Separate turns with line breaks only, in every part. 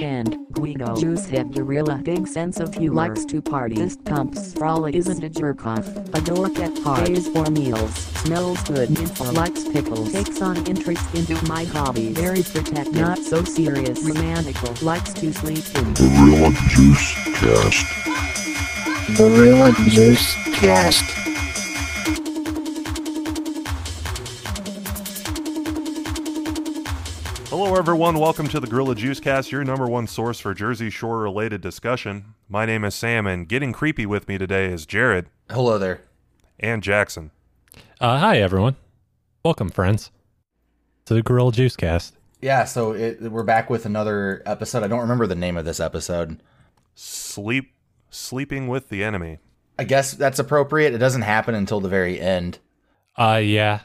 and Guido Jews have gorilla big sense of humor. Likes to party. This pumps frolic isn't a jerk off. A dork at parties or meals. Smells good. Info likes pickles. Takes on interest into my hobbies. Very protective. Not so serious. Romantical. Likes to sleep in.
Gorilla Juice Cast.
Gorilla Juice Cast.
Hello, everyone. Welcome to the Gorilla Juice Cast, your number one source for Jersey Shore related discussion. My name is Sam, and getting creepy with me today is Jared
Hello there.
and Jackson.
Uh, hi, everyone. Welcome, friends, to the Gorilla Juice Cast.
Yeah, so it, we're back with another episode. I don't remember the name of this episode.
Sleep, sleeping with the enemy.
I guess that's appropriate. It doesn't happen until the very end.
Uh, yeah.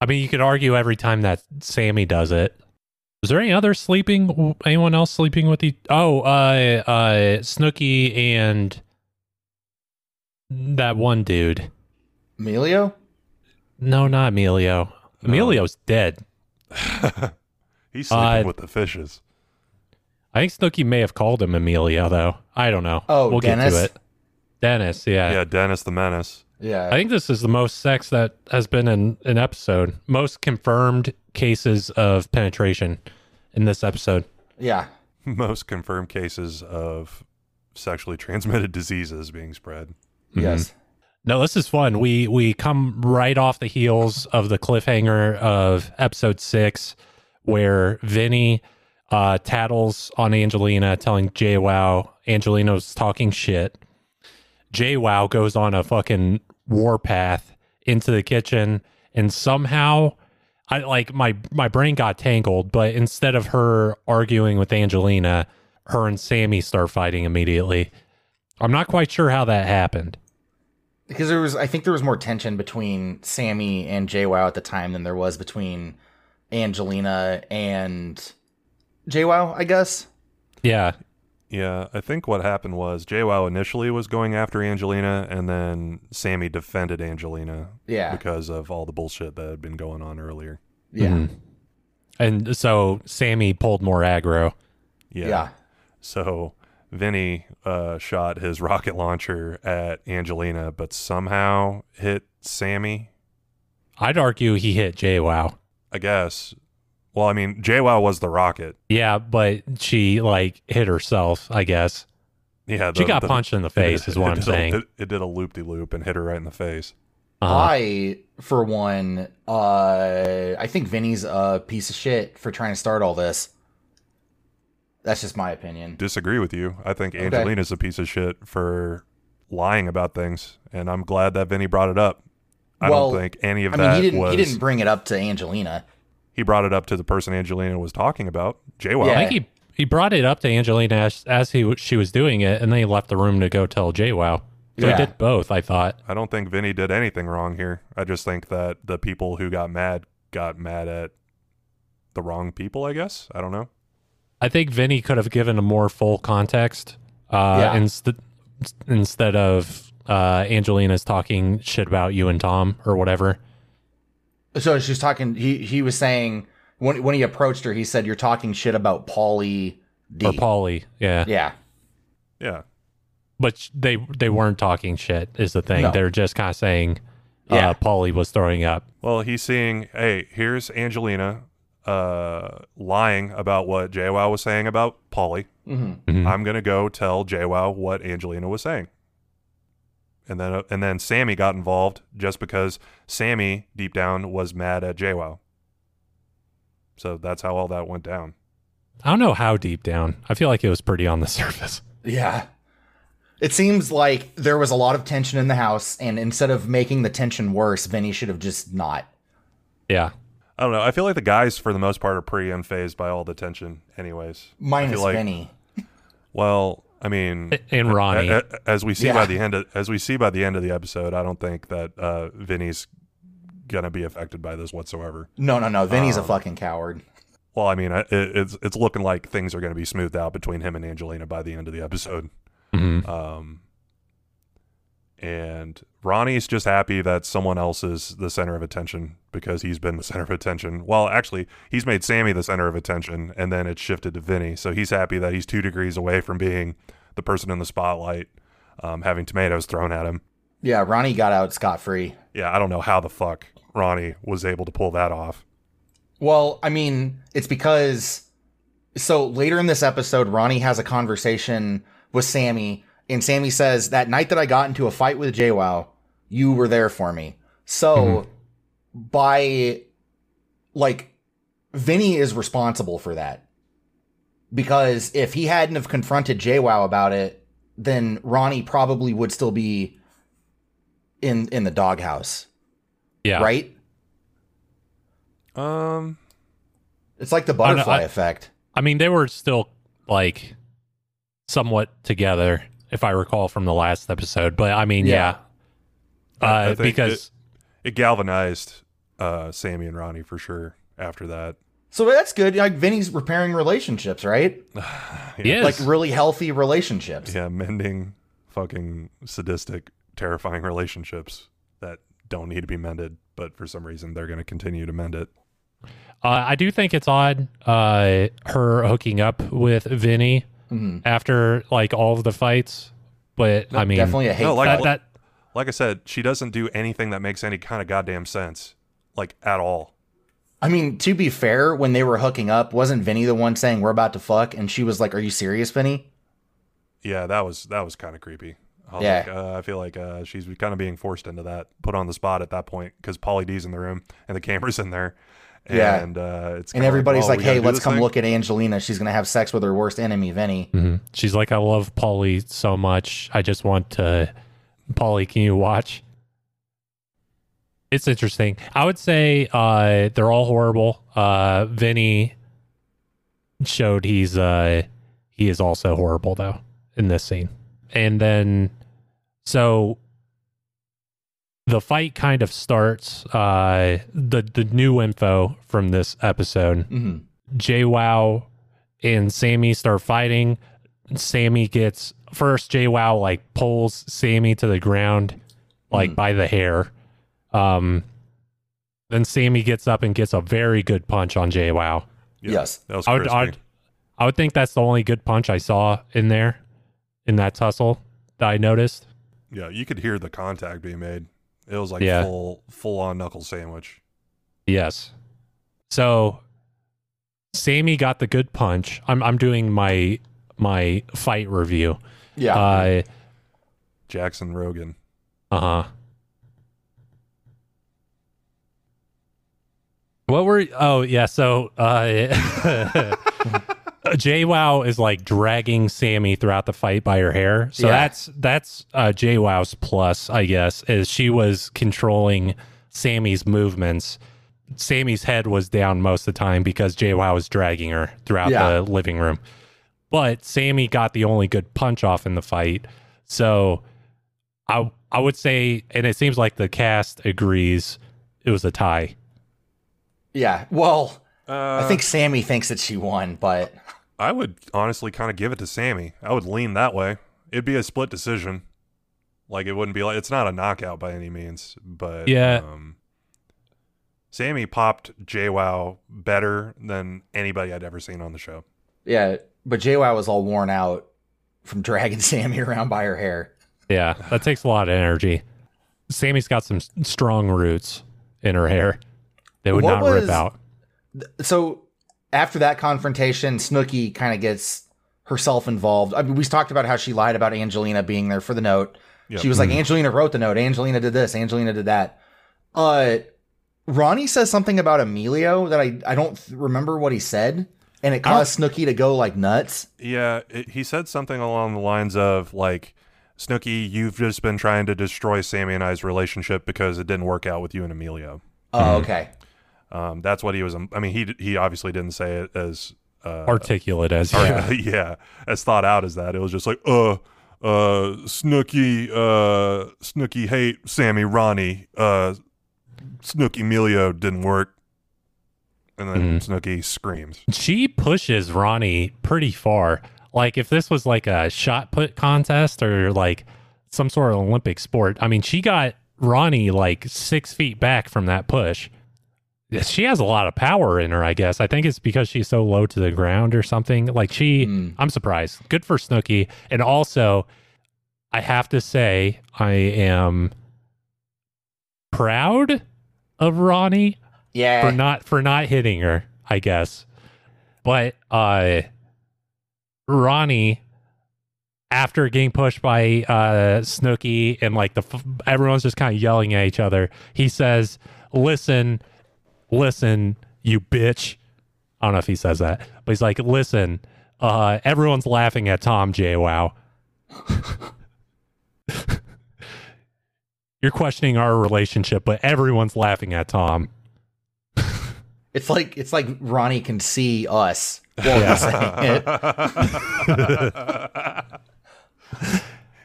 I mean, you could argue every time that Sammy does it. Was there any other sleeping? Anyone else sleeping with the? Oh, uh, uh, Snooky and that one dude.
Emilio?
No, not Emilio.
No.
Emilio's dead.
He's sleeping
Uh,
with the fishes.
I think Snooky may have called him Emilio, though. I don't know.
Oh,
we'll
Dennis?
get to it. Dennis, yeah.
Yeah, Dennis the Menace.
Yeah.
I think this is the most sex that has been in an episode. Most confirmed cases of penetration in this episode.
yeah.
Most confirmed cases of sexually transmitted diseases being spread.
Yes.
No, this is fun. We we come right off the heels of the cliffhanger of episode six, where Vinny uh, tattles on Angelina, telling JWoww Angelina's talking shit. JWoww goes on a fucking warpath into the kitchen, and somehow, I like my my brain got tangled. But instead of her arguing with Angelina, her and Sammy start fighting immediately. I'm not quite sure how that happened.
Because there was I think there was more tension between Sammy and JWoww at the time than there was between Angelina and JWoww, I guess.
Yeah,
Yeah, I think what happened was JWoww initially was going after Angelina, and then Sammy defended Angelina
Yeah.
because of all the bullshit that had been going on earlier.
Yeah.
Mhm. And so Sammy pulled more aggro.
Yeah.
yeah.
So Vinny uh, shot his rocket launcher at Angelina, but somehow hit Sammy,
I'd argue he hit JWoww.
I guess. Well, I mean, JWoww was the rocket.
Yeah, but she like hit herself, I guess.
Yeah,
She
the-
got
the-
punched in the face,
it-
is what
it
I'm
did a-
saying.
it- it did a loop de loop and hit her right in the face. Uh-huh.
Uh,
I, for one, uh, I think Vinny's a piece of shit for trying to start all this. That's just my opinion.
Disagree with you. I think
Okay.
Angelina's a piece of shit for lying about things, and I'm glad that Vinny brought it up. I
Well,
don't think any of
I mean,
that
he didn't.
was.
He didn't bring it up to Angelina.
he brought it up to the person Angelina was talking about, JWoww.
Yeah.
I think he he brought it up to Angelina as, as he w- she was doing it, and then he left the room to go tell JWoww. So
Yeah.
he did both. I thought.
I don't think Vinny did anything wrong here. I just think that the people who got mad got mad at the wrong people, I guess. I don't know.
I think Vinny could have given a more full context uh,
Yeah.
inst- instead of uh, Angelina's talking shit about you and Tom or whatever.
So she was talking. He he was saying when when he approached her, he said, "You're talking shit about Paulie D."
or Polly. Yeah.
Yeah,
Yeah.
But sh- they they weren't talking shit is the thing.
No.
They're just kind of saying
Yeah.
uh Polly was throwing up.
Well, he's seeing, hey, here's Angelina uh, lying about what JWoww was saying about Polly.
hmm
Mhm.
I'm gonna go tell JWoww what Angelina was saying. And then, uh, and then Sammy got involved just because Sammy deep down was mad at JWoww. So that's how all that went down.
I don't know how deep down. I feel like it was pretty on the surface.
yeah. It seems like there was a lot of tension in the house, and instead of making the tension worse, Vinny should have just not.
Yeah.
I don't know. I feel like the guys, for the most part, are pretty unfazed by all the tension, anyways.
Minus
like-
Vinny.
Well, I mean,
And Ronnie.
a- a- as we see
Yeah.
by the end, of, as we see by the end of the episode, I don't think that uh, Vinny's gonna be affected by this whatsoever.
No, no, no. Vinny's
Um,
a fucking coward.
Well, I mean, I- it, it's it's looking like things are gonna be smoothed out between him and Angelina by the end of the episode.
Mhm.
Um, And Ronnie's just happy that someone else is the center of attention because he's been the center of attention. Well, actually, he's made Sammy the center of attention, and then it's shifted to Vinny. So he's happy that he's two degrees away from being the person in the spotlight, um, having tomatoes thrown at him.
Yeah, Ronnie got out scot free.
Yeah, I don't know how the fuck Ronnie was able to pull that off.
Well, I mean, it's because so later in this episode, Ronnie has a conversation with Sammy, and Sammy says, That night that I got into a fight with JWoww, you were there for me. So by like Vinny is responsible for that. Because if he hadn't have confronted JWoww about it, then Ronnie probably would still be in in the doghouse.
Yeah.
Right?
Um,
It's like the butterfly
I-
effect.
I mean, they were still like somewhat together, if I recall from the last episode. But I mean, yeah,
I-
Yeah.
I
Uh,
think
because
it galvanized uh, Sammy and Ronnie for sure after that.
So that's good. Like Vinny's repairing relationships, right?
he is
Like really healthy relationships.
Yeah, mending fucking sadistic, terrifying relationships that don't need to be mended, but for some reason they're going to continue to mend it.
Uh, I do think it's odd uh, her hooking up with Vinny
Mhm.
after like all of the fights, but I mean,
Definitely a hate.
No, like-
that,
crime.
that
Like I said, she doesn't do anything that makes any kind of goddamn sense, like at all.
I mean, to be fair, when they were hooking up, wasn't Vinny the one saying we're about to fuck? And she was like, "Are you serious, Vinny?"
Yeah, that was that was kind of creepy. I was
Yeah.
like, uh, I feel like uh, she's kind of being forced into that, put on the spot at that point because Polly D's in the room and the camera's in there.
Yeah.
And uh, it's
And
kinda
everybody's
well,
like,
we gotta
"Hey,
do
let's
this
come
thing."
look at Angelina. She's gonna have sex with her worst enemy, Vinny."
Mhm. she's like, I love Polly so much. I just want to, Polly, can you watch? It's interesting. I would say uh, they're all horrible. Uh, Vinny showed he's uh, he is also horrible though in this scene, and then so the fight kind of starts. Uh, the the new info from this episode
hmm
JWoww and Sammy start fighting. Sammy gets first JWoww like pulls Sammy to the ground like by the hair. Um then Sammy gets up and gets a very good punch on JWoww.
Yeah,
Yes.
That was
I would,
crispy.
I would I would think that's the only good punch I saw in there in that tussle that I noticed.
Yeah, you could hear the contact being made. It was like
Yeah.
full full on knuckle sandwich.
Yes. So Sammy got the good punch. I'm I'm doing my my fight review.
Yeah.
Uh
Jackson Rogan.
Uh huh. What were? Oh yeah. So, uh, JWoww is like dragging Sammy throughout the fight by her hair. So
Yeah.
that's that's uh, JWoww's plus, I guess, is she was controlling Sammy's movements. Sammy's head was down most of the time because JWoww was dragging her throughout
Yeah.
the living room. But Sammy got the only good punch off in the fight. So I I would say, and it seems like the cast agrees, it was a tie.
yeah. Well,
Uh,
I think Sammy thinks that she won, but
I would honestly kind of give it to Sammy. I would lean that way. It'd be a split decision. Like it wouldn't be like it's not a knockout by any means, but
Yeah.
Um, Sammy popped JWoww better than anybody I'd ever seen on the show.
yeah. But JWoww was all worn out from dragging Sammy around by her hair.
Yeah, that takes a lot of energy. Sammy's got some s- strong roots in her hair. They would
What
not rip
was-
out.
so after that confrontation, Snooky kind of gets herself involved. I mean, we talked about how she lied about Angelina being there for the note.
Yep.
She was like, Angelina wrote the note. Angelina did this. Angelina did that. Uh, Ronnie says something about Emilio that I, I don't th- remember what he said. And it caused Snooky to go like nuts.
Yeah, it, he said something along the lines of like, "Snooky, you've just been trying to destroy Sammy and I's relationship because it didn't work out with you and Emilio."
Oh, okay.
Um, that's what he was. I mean, he he obviously didn't say it as uh,
Articulate as you
yeah. as thought out as that. It was just like, uh, uh, Snooky, uh, Snooky hate Sammy Ronnie, uh, Snooky Emilio didn't work, and then Snooky screams.
she pushes Ronnie pretty far. Like if this was like a shot put contest or like some sort of Olympic sport. I mean, she got Ronnie like six feet back from that push. She has a lot of power in her, I guess. I think it's because she's so low to the ground or something. Like she,
Mm.
I'm surprised. Good for Snooky. And also, I have to say, I am proud of Ronnie
Yeah.
for not for not hitting her, I guess. But uh Ronnie after getting pushed by uh Snooky and like the f- everyone's just kind of yelling at each other, he says, "Listen, listen, you bitch." I don't know if he says that, but he's like, "Listen, uh everyone's laughing at Tom J. Wow." You're questioning our relationship, but everyone's laughing at Tom.
It's like it's like Ronnie can see us. while he's saying it.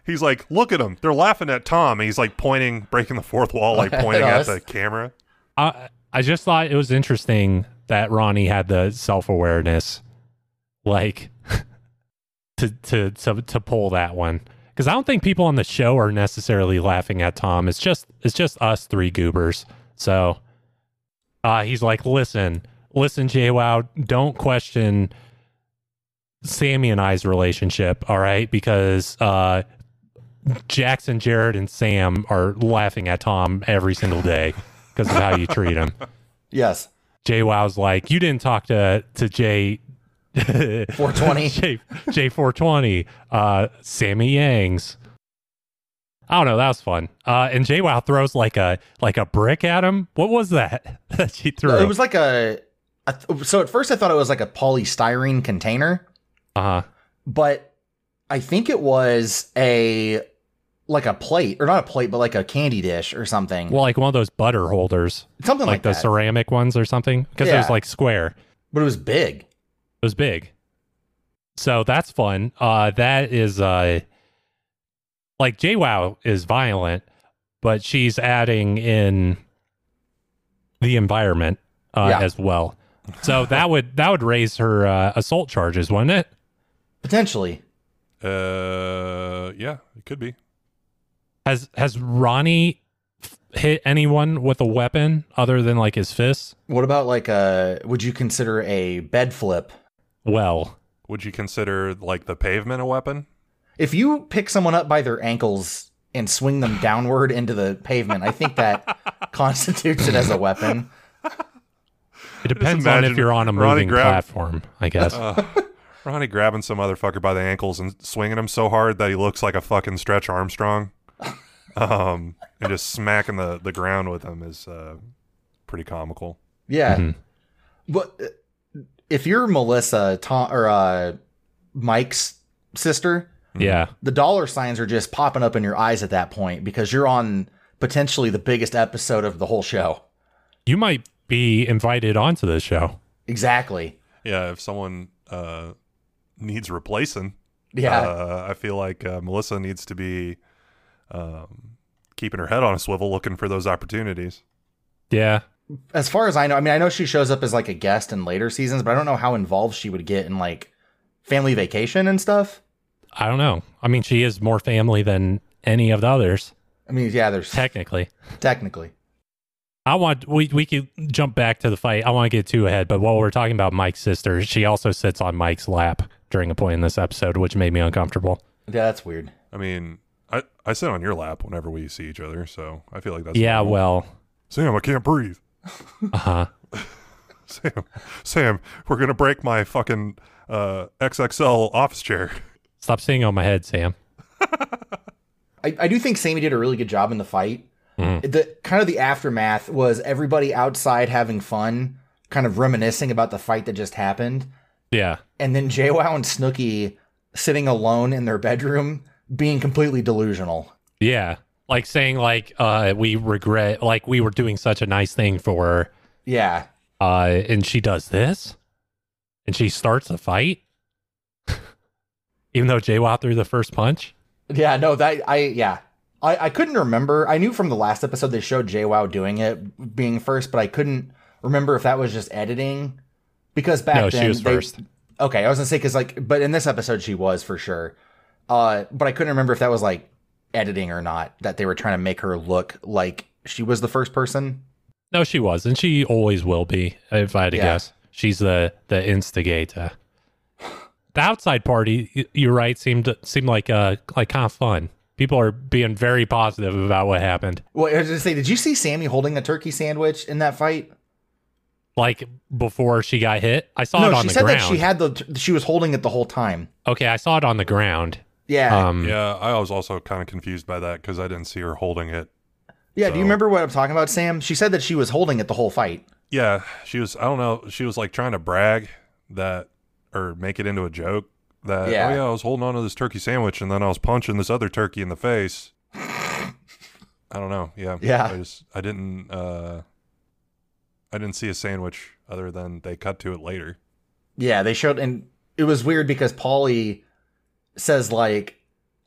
He's like, look at them. They're laughing at Tom. And he's like pointing, breaking the fourth wall, like pointing at
Us.
the camera.
I I just thought it was interesting that Ronnie had the self awareness, like to, to to to pull that one because I don't think people on the show are necessarily laughing at Tom. It's just it's just us three goobers. So uh, he's like, listen, listen, JWoww, don't question Sammy and I's relationship, all right? Because uh, Jackson, Jared, and Sam are laughing at Tom every single day because of how you treat him.
Yes.
Jay Wow's like, you didn't talk to to Jay.
420.
J J four twenty. Uh, Sammy Yangs. I don't know. That was fun. Uh, and Jay Wow throws like a like a brick at him. What was that that she threw?
It was like a, a th- so at first I thought it was like a polystyrene container,
uh-huh.
but I think it was a like a plate or not a plate but like a candy dish or something.
well, like one of those butter holders,
something
like,
like,
the
that.
ceramic ones or something, because it was
Yeah.
like square.
but it was big.
It was big. So that's fun. Uh that is uh like JWoww is violent, but she's adding in the environment uh
Yeah.
as well. So that would that would raise her uh, assault charges, wouldn't it?
Potentially.
Uh, yeah, it could be.
Has has Ronnie f- hit anyone with a weapon other than like his fists?
What about like a would you consider a bed flip?
Well,
Would you consider like the pavement a weapon?
If you pick someone up by their ankles and swing them downward into the pavement, I think that constitutes it as a weapon.
it depends on
imagine
if you're on a
Ronnie
moving
grabbed-
platform, I guess.
Uh, Ronnie grabbing some other fucker by the ankles and swinging him so hard that he looks like a fucking Stretch Armstrong, um, and just smacking the the ground with him is uh, pretty comical.
Yeah.
Mhm.
But uh, if you're Melissa Tom or uh, Mike's sister,
yeah.
the dollar signs are just popping up in your eyes at that point because you're on potentially the biggest episode of the whole show.
You might be invited onto the show.
Exactly.
Yeah, if someone uh, needs replacing,
Yeah.
uh, I feel like uh, Melissa needs to be um, keeping her head on a swivel, looking for those opportunities.
Yeah.
as far as I know, I mean, I know she shows up as like a guest in later seasons, but I don't know how involved she would get in like family vacation and stuff.
I don't know. I mean, she is more family than any of the others,
I mean, yeah, there's
technically.
technically.
I want we we could jump back to the fight. I want to get too ahead, but while we're talking about Mike's sister, she also sits on Mike's lap during a point in this episode, which made me uncomfortable.
Yeah, that's weird.
I mean, I I sit on your lap whenever we see each other, so I feel like that's
yeah,
normal.
well,
Sam, I can't breathe.
uh huh.
Sam, Sam, we're gonna break my fucking uh, XXL office chair.
Stop sitting on my head, Sam.
I, I do think Sammy did a really good job in the fight.
Mhm.
The kind of the aftermath was everybody outside having fun, kind of reminiscing about the fight that just happened,
Yeah,
and then JWoww and Snooky sitting alone in their bedroom, being completely delusional.
yeah. Like saying like uh we regret like we were doing such a nice thing for her,
Yeah,
uh, and she does this, and she starts a fight, even though JWoww threw the first punch.
Yeah, no, that I yeah. I, I couldn't remember. I knew from the last episode they showed JWoww doing it being first, but I couldn't remember if that was just editing because back
No, she
then
was
they-
first.
Okay, I was gonna say because like, but in this episode she was for sure. Uh, but I couldn't remember if that was like editing or not that they were trying to make her look like she was the first person.
No, she was, and she always will be. If I had to
Yeah.
guess, she's the the instigator. The outside party, y- you're right, seemed seemed like uh like kind of fun. People are being very positive about what happened.
Well, I was gonna say, did you see Sammy holding a turkey sandwich in that fight?
Like before she got hit, I saw it
no,
on
she
the
said
ground.
that she had the she was holding it the whole time.
okay, I saw it on the ground.
Yeah,
Um,
Yeah, I was also kind of confused by that because I didn't see her holding it.
yeah. Do
so-
you remember what I'm talking about, Sam? She said that she was holding it the whole fight.
Yeah, she was. I don't know. She was like trying to brag that or make it into a joke that
Yeah.
oh yeah, I was holding on to this turkey sandwich and then I was punching this other turkey in the face. I don't know. Yeah.
Yeah.
I just I didn't uh I didn't see a sandwich other than they cut to it later.
Yeah, they showed, and it was weird because Paulie says like,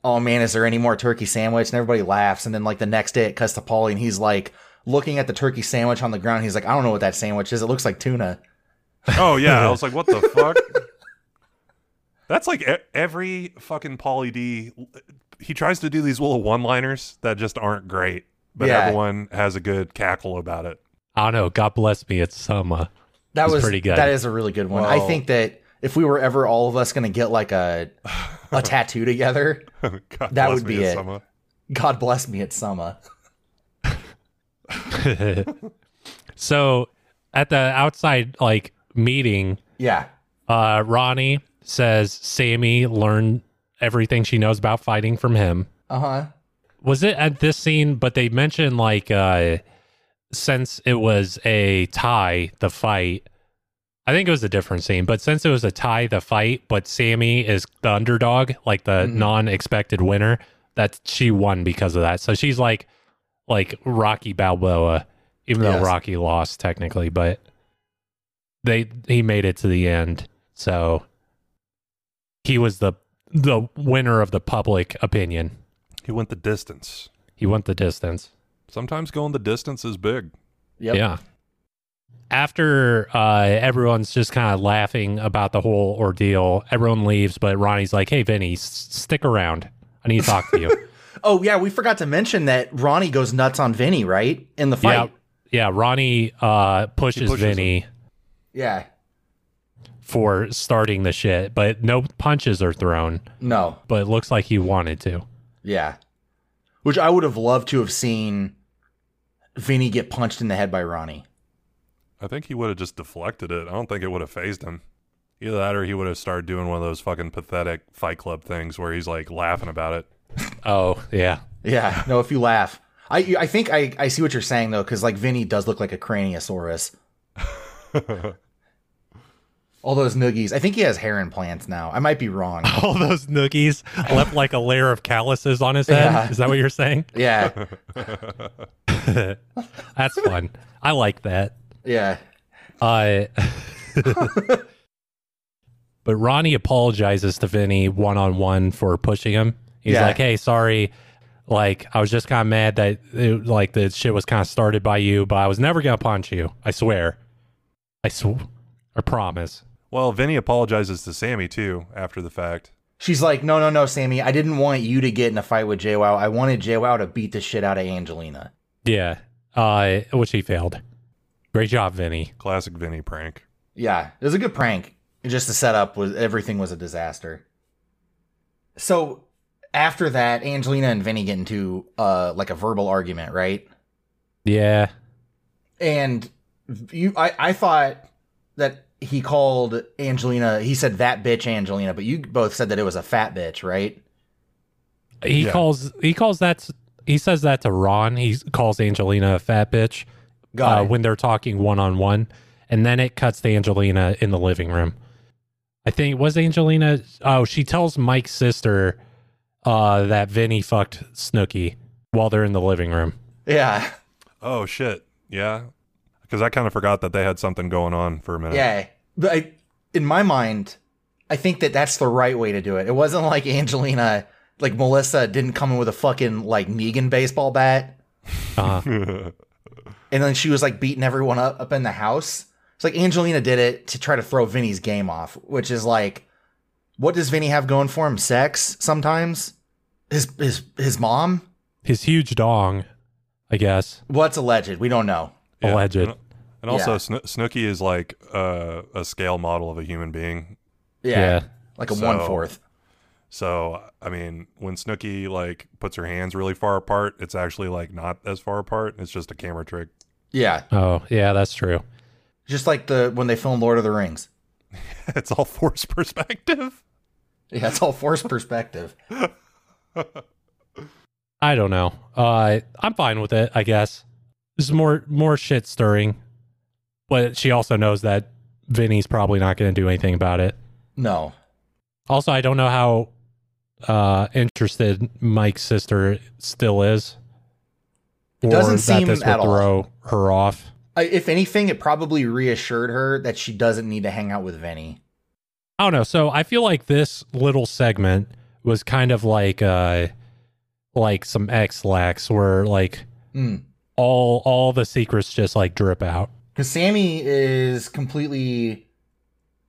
"Oh man, is there any more turkey sandwich?" And everybody laughs, and then like the next day it cuts to Paulie, and he's like looking at the turkey sandwich on the ground. He's like, "I don't know what that sandwich is. It looks like tuna."
Oh yeah, I was like, what the fuck? That's like e- every fucking Pauly D. He tries to do these little one-liners that just aren't great, but
Yeah.
everyone has a good cackle about it.
I don't know. God bless me. It's summer.
That
It's
was
pretty good.
That is a really good one. I
Well-
think that if we were ever all of us going to get like a a tattoo together,
God that
would be it. God bless me, it's Summa.
so at the outside like meeting,
Yeah,
uh, Ronnie says Sammy learned everything she knows about fighting from him.
uh huh.
Was it at this scene? But they mentioned like uh, since it was a tie, the fight. I think it was a different scene, but since it was a tie, the fight. But Sammy is the underdog, like the
Mhm.
non-expected winner. That she won because of that. So she's like, like Rocky Balboa, even
Yes.
though Rocky lost technically, but they he made it to the end. So he was the the winner of the public opinion.
He went the distance.
He went the distance.
Sometimes going the distance is big.
Yep.
Yeah. After uh, everyone's just kind of laughing about the whole ordeal, everyone leaves, but Ronnie's like, "Hey, Vinny, s- stick around. I need to talk to you."
Oh yeah, we forgot to mention that Ronnie goes nuts on Vinny, right? In the
yeah,
fight.
yeah. Ronnie uh, pushes,
pushes
Vinny
Yeah.
for starting the shit, but no punches are thrown.
No.
But it looks like he wanted to.
Yeah. Which I would have loved to have seen Vinny get punched in the head by Ronnie.
I think he would have just deflected it. I don't think it would have phased him. Either that or he would have started doing one of those fucking pathetic fight club things where he's like laughing about it.
Oh yeah,
Yeah. No, if you laugh. I I think I, I see what you're saying though, because like Vinny does look like a craniosaurus. All those noogies. I think he has hair implants now. I might be wrong.
all those noogies left like a layer of calluses on his head.
Yeah.
Is that what you're saying?
Yeah.
That's fun. I like that.
Yeah.
Uh, but Ronnie apologizes to Vinny one on one for pushing him. He's
Yeah.
like, "Hey, sorry. Like, I was just kind of mad that it, like the shit was kind of started by you, but I was never gonna punch you. I swear. I sw- I promise."
well, Vinny apologizes to Sammy too after the fact.
She's like, no, no, no, Sammy. I didn't want you to get in a fight with JWoww. I wanted JWoww to beat the shit out of Angelina.
Yeah. Uh, which he failed. Great job, Vinny.
Classic Vinny prank.
Yeah, it was a good prank. And Just the setup was everything was a disaster. So after that, Angelina and Vinny get into uh like a verbal argument, right?
Yeah.
And you, I, I thought that he called Angelina. He said that bitch Angelina, but you both said that it was a fat bitch, right?
He
Yeah.
calls he calls that he says that to Ron. He calls Angelina a fat bitch.
Got
uh,
it.
when they're talking one on one, and then it cuts to Angelina in the living room. I think was Angelina. Oh, she tells Mike's sister uh, that Vinny fucked Snooky while they're in the living room.
yeah,
Oh shit. Yeah. Cuz I kind of forgot that they had something going on for a minute.
yeah. But I, in my mind, I think that that's the right way to do it. It wasn't like Angelina, like Melissa, didn't come in with a fucking like Negan baseball bat.
Uh,
and then she was like beating everyone up up in the house. It's like Angelina did it to try to throw Vinny's game off, which is like, what does Vinny have going for him? Sex sometimes. his his his mom.
His huge dong, I guess.
What's alleged? We don't know.
Yeah.
Alleged.
And, and also,
Yeah.
Sno- Snooky is like uh, a scale model of a human being.
Yeah,
Yeah.
like a
So-
one fourth.
So, I mean, when Snooky like puts her hands really far apart, it's actually like not as far apart. It's just a camera trick.
Yeah,
Oh, yeah, that's true.
just like the when they filmed Lord of the Rings.
it's all force perspective.
Yeah, it's all forced perspective.
I don't know. Uh, I'm fine with it, I guess. This is more more shit stirring, but she also knows that Vinny's probably not going to do anything about it.
No,
Also, I don't know how uh, interested Mike's sister still is.
It doesn't
or
seem
that this
at
would
all.
throw her off.
I, if anything, it probably reassured her that she doesn't need to hang out with Vinny.
I don't know. So I feel like this little segment was kind of like uh, like some X lax where like
Mm.
all all the secrets just like drip out.
because Sammy is completely,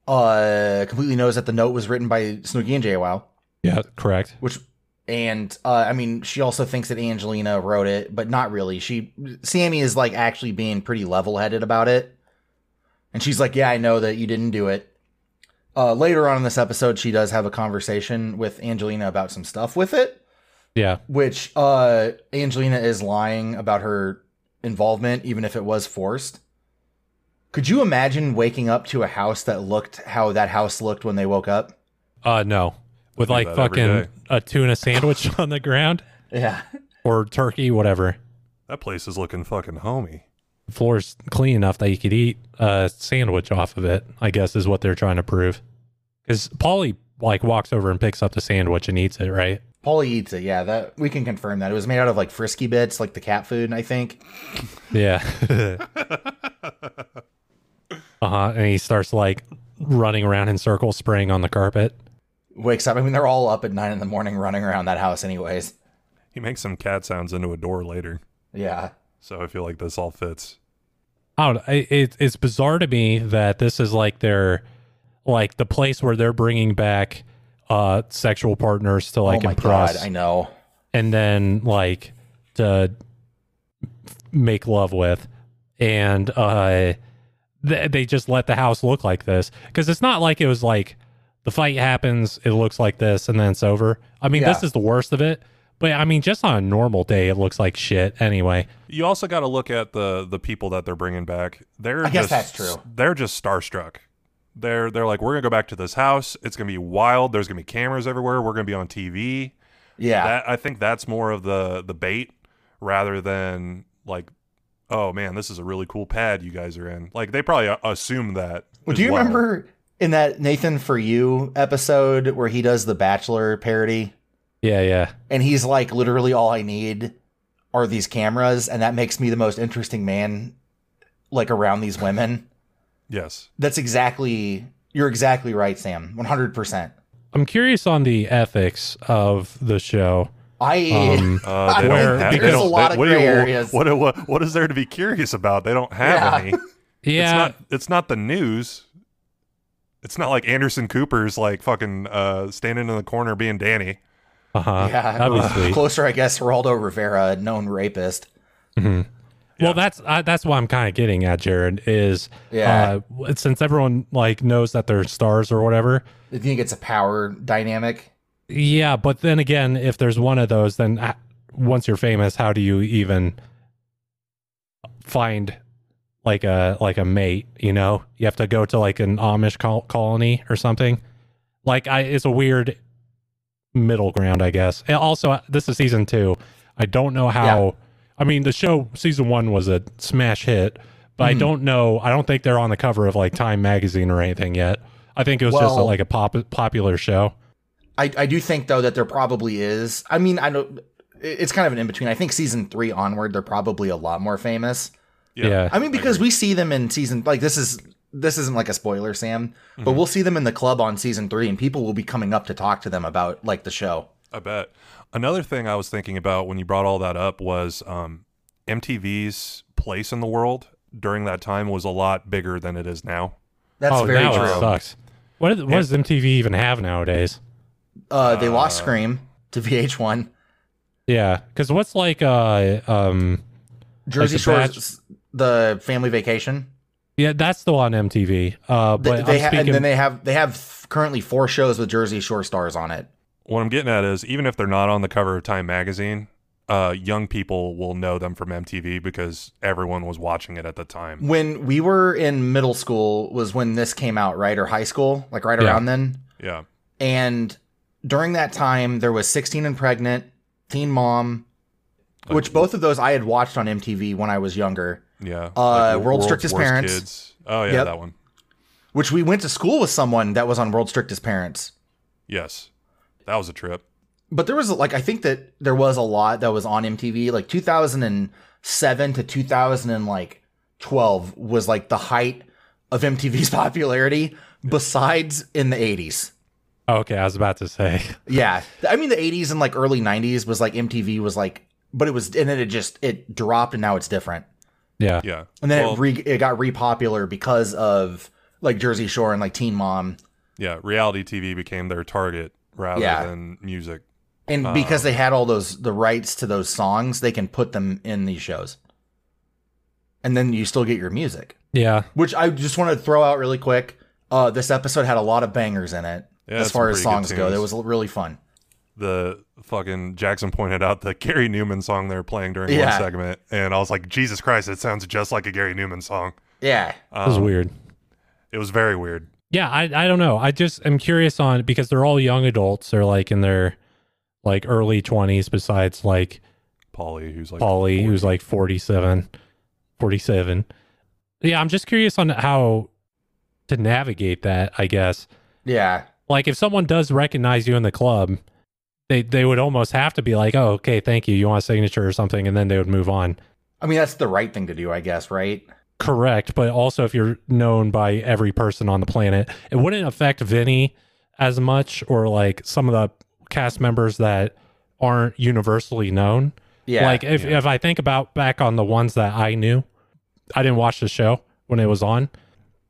uh, completely knows that the note was written by Snooki and JWoww,
Yeah, correct.
which, and uh, I mean, she also thinks that Angelina wrote it, but not really. She, Sammy is like actually being pretty level-headed about it, and she's like, "Yeah, I know that you didn't do it." Uh, later on in this episode, she does have a conversation with Angelina about some stuff with it,
Yeah.
which uh, Angelina is lying about her involvement, even if it was forced. Could you imagine waking up to a house that looked how that house looked when they woke up?
Uh no. With
do
like
that every
fucking
day.
a tuna sandwich on the ground
Yeah.
or turkey, whatever.
That place is looking fucking homey.
The floor's clean enough that you could eat a sandwich off of it, I guess is what they're trying to prove. Cuz Polly like walks over and picks up the sandwich and eats it, right?
Polly eats it. Yeah, that we can confirm that. It was made out of like frisky bits, like the cat food, I think.
Yeah. uh-huh, and he starts like running around in circles spraying on the carpet.
Wakes up. I mean, they're all up at nine in the morning running around that house anyways.
He makes some cat sounds into a door later.
Yeah.
So I feel like this all fits.
I don't know. It, it, it's bizarre to me that this is like their, like the place where they're bringing back uh sexual partners to like
oh my
impress
god, I know.
and then like to make love with, and uh, th- they just let the house look like this because it's not like it was like the fight happens, it looks like this, and then it's over. I mean, this
Yeah.
is the worst of it. But I mean, just on a normal day, it looks like shit anyway.
You also got to look at the the people that they're bringing back. They're
I
just,
guess that's true.
They're just starstruck. They're they're like we're gonna go back to this house. It's gonna be wild. There's gonna be cameras everywhere. We're gonna be on TV.
Yeah.
That I think that's more of the the bait rather than like, oh man, this is a really cool pad you guys are in. Like they probably uh, assume that.
Well,
as
do you
well.
remember in that Nathan for You episode where he does the Bachelor parody?
Yeah, yeah.
and he's like literally all i need are these cameras and that makes me the most interesting man like around these women
Yes.
that's exactly you're exactly right sam 100%
I'm curious on the ethics of the show.
i
Um,
Uh, they
I
don't have,
mean, there's
they
a
don't-
lot
they-
of
what do you-
gray areas.
What, what, what is there to be curious about? They don't have
Yeah.
any.
yeah,
It's not it's not the news. It's not like Anderson Cooper's like fucking uh standing in the corner being Danny.
uh-huh.
yeah
obviously.
closer i guess Geraldo rivera a known rapist
Mhm. Well, that's I that's what I'm kind of getting at, Jared. Is
Yeah.
uh, since everyone like knows that they're stars or whatever.
i think it's a power dynamic
Yeah, but then again, if there's one of those, then uh, once you're famous, how do you even find like a like a mate? You know, you have to go to like an Amish col- colony or something. Like, I it's a weird middle ground, I guess. And also, uh, this is season two. I don't know how. I mean, the show season one was a smash hit, but I
Mhm.
don't know. I don't think they're on the cover of like Time magazine or anything yet. I think it was just
Well-
like a pop popular show.
I, I do think though that there probably is i mean i don't it- it's kind of an in-between i think season three onward they're probably a lot more famous
Yeah.
I mean, because we see them in season like this is this isn't like a spoiler, Sam, but
Mm-hmm.
we'll see them in the club on season three, and people will be coming up to talk to them about like the show.
I bet. Another thing I was thinking about when you brought all that up was um MTV's place in the world during that time was a lot bigger than it is now.
That's
oh,
very
now it
true.
sucks. What, is, what does MTV even have nowadays?
Uh, they lost Scream. to VH1.
Yeah, because what's like uh um
Jersey
the
Shore's the Family Vacation.
yeah that's the one MTV. Uh,
They,
but
they
I'm
ha- and
speaking.
then they have they have currently four shows with Jersey Shore stars on it.
What I'm getting at is even if they're not on the cover of Time magazine, uh, young people will know them from MTV because everyone was watching it at the time.
When we were in middle school was when this came out, right? Or high school, like right
Yeah.
around then.
Yeah.
And during that time, there was 16 and Pregnant, Teen Mom, which both of those I had watched on MTV when I was younger,
Yeah.
Uh,
Wor-
World's
World's
Strictest
Worst
Parents.
Kids. Oh yeah,
Yep.
that one.
which we went to school with someone that was on World Strictest Parents.
Yes. That was a trip.
But there was like I think that there was a lot that was on MTV like 2007 to 2000 and like 12 was like the height of MTV's popularity besides in the 80s.
Oh, okay, I was about to say.
Yeah. I mean the 80s and like early 90s was like MTV was like but it was and then it just it dropped and now it's different.
Yeah,
Yeah.
And then
Well,
it, re- it got repopular because of like Jersey Shore and like Teen Mom
yeah, reality TV became their target rather
Yeah.
than music. Uh.
and because they had all those the rights to those songs, they can put them in these shows. And then you still get your music.
yeah.
which I just want to throw out really quick. Uh, this episode had a lot of bangers in it
Yeah,
as
some
far as
pretty
songs
good
go.
tunes.
That was really fun.
The fucking Jackson pointed out the Gary Newman song they were playing during
Yeah.
one segment, and I was like, Jesus Christ, it sounds just like a Gary Newman song.
Yeah,
That was
Um,
weird.
It was very weird.
Yeah, I I don't know. I just am curious on because they're all young adults. They're like in their like early twenties. Besides like
Polly, who's like
Polly,
40.
who's like 47, 47. Yeah, I'm just curious on how to navigate that. I guess
yeah,
like if someone does recognize you in the club, they they would almost have to be like, oh, okay, thank you. You want a signature or something, and then they would move on.
I mean that's the right thing to do, I guess, right?
Correct, but also if you're known by every person on the planet, it wouldn't affect Vinny as much or like some of the cast members that aren't universally known.
Yeah,
Like if,
Yeah.
if I think about back on the ones that I knew, I didn't watch the show when it was on,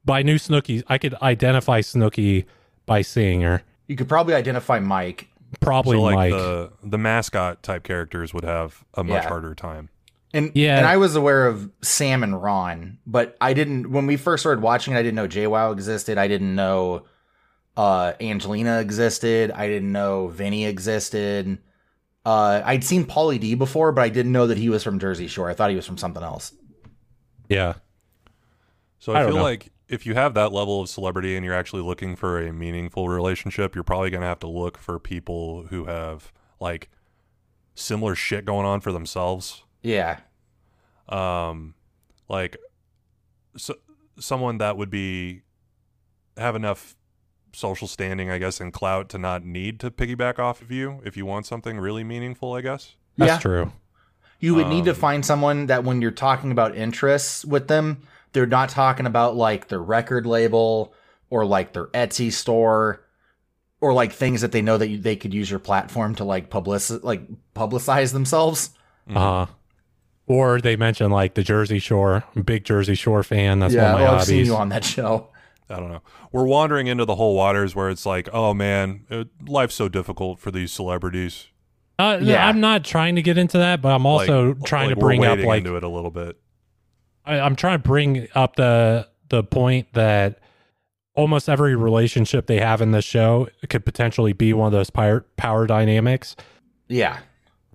but I knew Snooki. I could identify Snooki by seeing her.
you could probably identify Mike,
Probably
so like
Mike.
the the mascot type characters would have a much
Yeah.
harder time.
and
Yeah.
and I was aware of Sam and Ron, but I didn't when we first started watching it. I didn't know JWoww existed. I didn't know uh, Angelina existed. I didn't know Vinny existed. Uh, I'd seen Paulie D before, but I didn't know that he was from Jersey Shore. I thought he was from something else.
yeah.
So
I
I,
don't
feel
know.
like if you have that level of celebrity and you're actually looking for a meaningful relationship, you're probably going to have to look for people who have like similar shit going on for themselves.
Yeah.
Um, like so, someone that would be have enough social standing, I guess, and clout to not need to piggyback off of you if you want something really meaningful. I guess.
That's
yeah.
true.
You would need to
Um,
find someone that when you're talking about interests with them, they're not talking about like their record label or like their Etsy store or like things that they know that you, they could use your platform to like publicize like publicize themselves.
Uh
Uh-huh.
huh. Or they mention like the Jersey Shore, I'm a big Jersey Shore fan. That's one of my
well, Oh, I've seen
hobbies.
you on that show.
I don't know. We're wandering into the whole waters where it's like, oh man, uh life's so difficult for these celebrities.
Uh, no,
Yeah.
I'm not trying to get into that, but I'm also
Like-
trying
like
to
we're
bring up
wading
like
into it a little bit.
I, I'm trying to bring up the the point that almost every relationship they have in the show could potentially be one of those power power dynamics,
Yeah.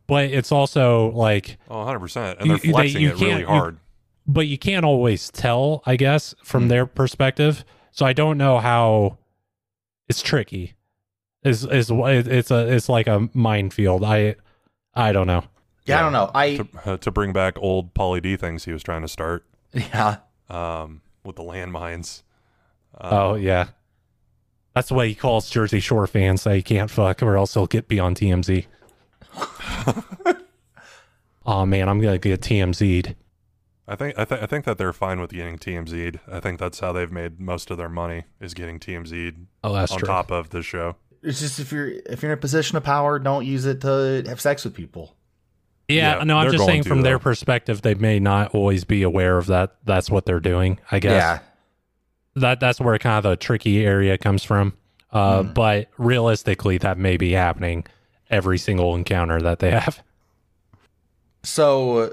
but it's also like
Oh, 100 percent. And they're
You- they-
flexing
you
it really
can't- you-
hard.
but you can't always tell, I guess,
Mm.
from their perspective. So I don't know how it's tricky. Is is it's a it's like a minefield. I I don't know.
Yeah, I
Yeah.
don't know. I
to, uh, to bring back old Poly D things he was trying to start
yeah.
um, with the landmines. Uh. Um,
Oh yeah, that's the way he calls Jersey Shore fans that he can't fuck, or else he'll get be on TMZ. oh man, I'm gonna get TMZ'd.
I think I, th- I think that they're fine with getting TMZ'd. I think that's how they've made most of their money is getting TMZ'd
Oh, that's
on
true.
top of the show.
It's just if you're if you're in a position of power, don't use it to have sex with people.
Yeah,
Yeah,
no, I'm
they're
just
going
saying
to,
from their
though.
perspective, they may not always be aware of that. That's what they're doing. I guess.
Yeah.
that that's where kind of the tricky area comes from. Uh, But realistically, that may be happening every single encounter that they have.
So uh,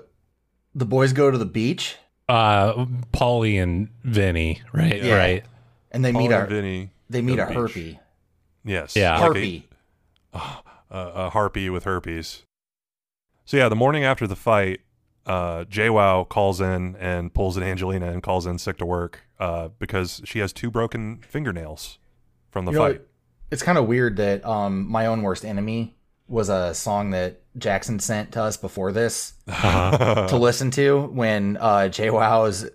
the boys go to the beach
Uh, Polly and Vinny, right?
Yeah.
Right.
and they
Paul
meet
and
a
Vinny.
they meet
go to
a
the beach.
herpy.
Yes.
Yeah.
Like a-
Harpy.
a, a harpy with herpes. So yeah, the morning after the fight, uh, JWoww calls in and pulls an Angelina and calls in sick to work uh, because she has two broken fingernails from the
You know,
fight.
it's kind of weird that um my own worst enemy was a song that Jackson sent to us before this
Uh-huh.
to listen to when uh JWoww's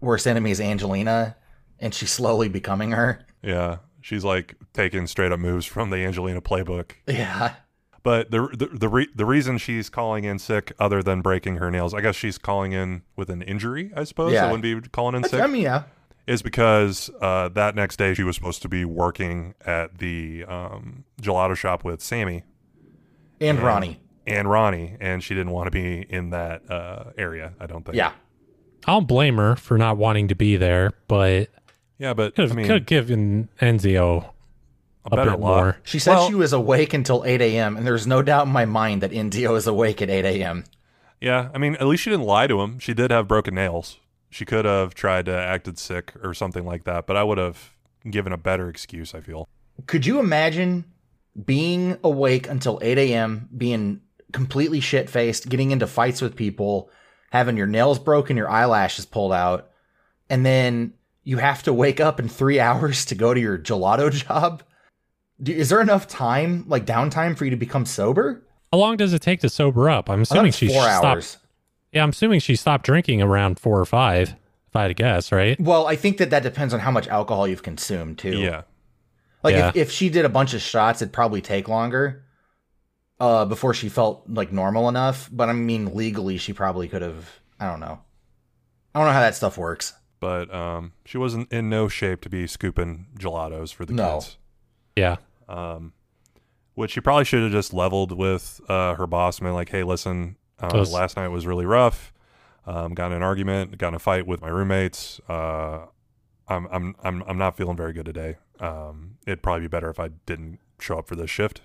worst enemy is Angelina and she's slowly becoming her.
yeah, she's like taking straight up moves from the Angelina playbook.
Yeah.
But the the the, re- the reason she's calling in sick, other than breaking her nails, I guess she's calling in with an injury. I suppose
Yeah.
I wouldn't be calling in sick.
I mean, yeah.
is because uh, that next day she was supposed to be working at the um, gelato shop with Sammy
And
Yeah.
Ronnie.
and Ronnie, and she didn't want to be in that uh, area. I don't think.
Yeah.
I don't blame her for not wanting to be there, but
yeah, but
could have
I mean,
could have given Enzio
a
a
better
bit
lot.
more.
She said
Well-
she was awake until 8 a.m., and there's no doubt in my mind that Indio is awake at 8 a.m.
Yeah, I mean, at least she didn't lie to him. She did have broken nails. She could have tried to acted sick or something like that, but I would have given a better excuse. I feel.
Could you imagine being awake until 8 a.m., being completely shit faced, getting into fights with people, having your nails broken, your eyelashes pulled out, and then you have to wake up in three hours to go to your gelato job? Do, is there enough time, like downtime, for you to become sober?
How long does it take to sober up? I'm
I thought
assuming
it's
she
four
stopped.
hours.
Yeah, I'm assuming she stopped drinking around four or five, if I had to guess, right?
Well, I think that that depends on how much alcohol you've consumed, too.
Yeah,
Like
Yeah.
if, if she did a bunch of shots, it'd probably take longer uh before she felt like normal enough. But I mean legally she probably could have I don't know. I don't know how that stuff works.
but um, she wasn't in no shape to be scooping gelatos for the
No.
kids.
Yeah.
um, which she probably should have just leveled with uh, her boss and been like, "Hey, listen, uh,
Those-
last night was really rough. Um, got in an argument, got in a fight with my roommates. Uh, I'm I'm I'm I'm not feeling very good today. Um, it'd probably be better if I didn't show up for this shift."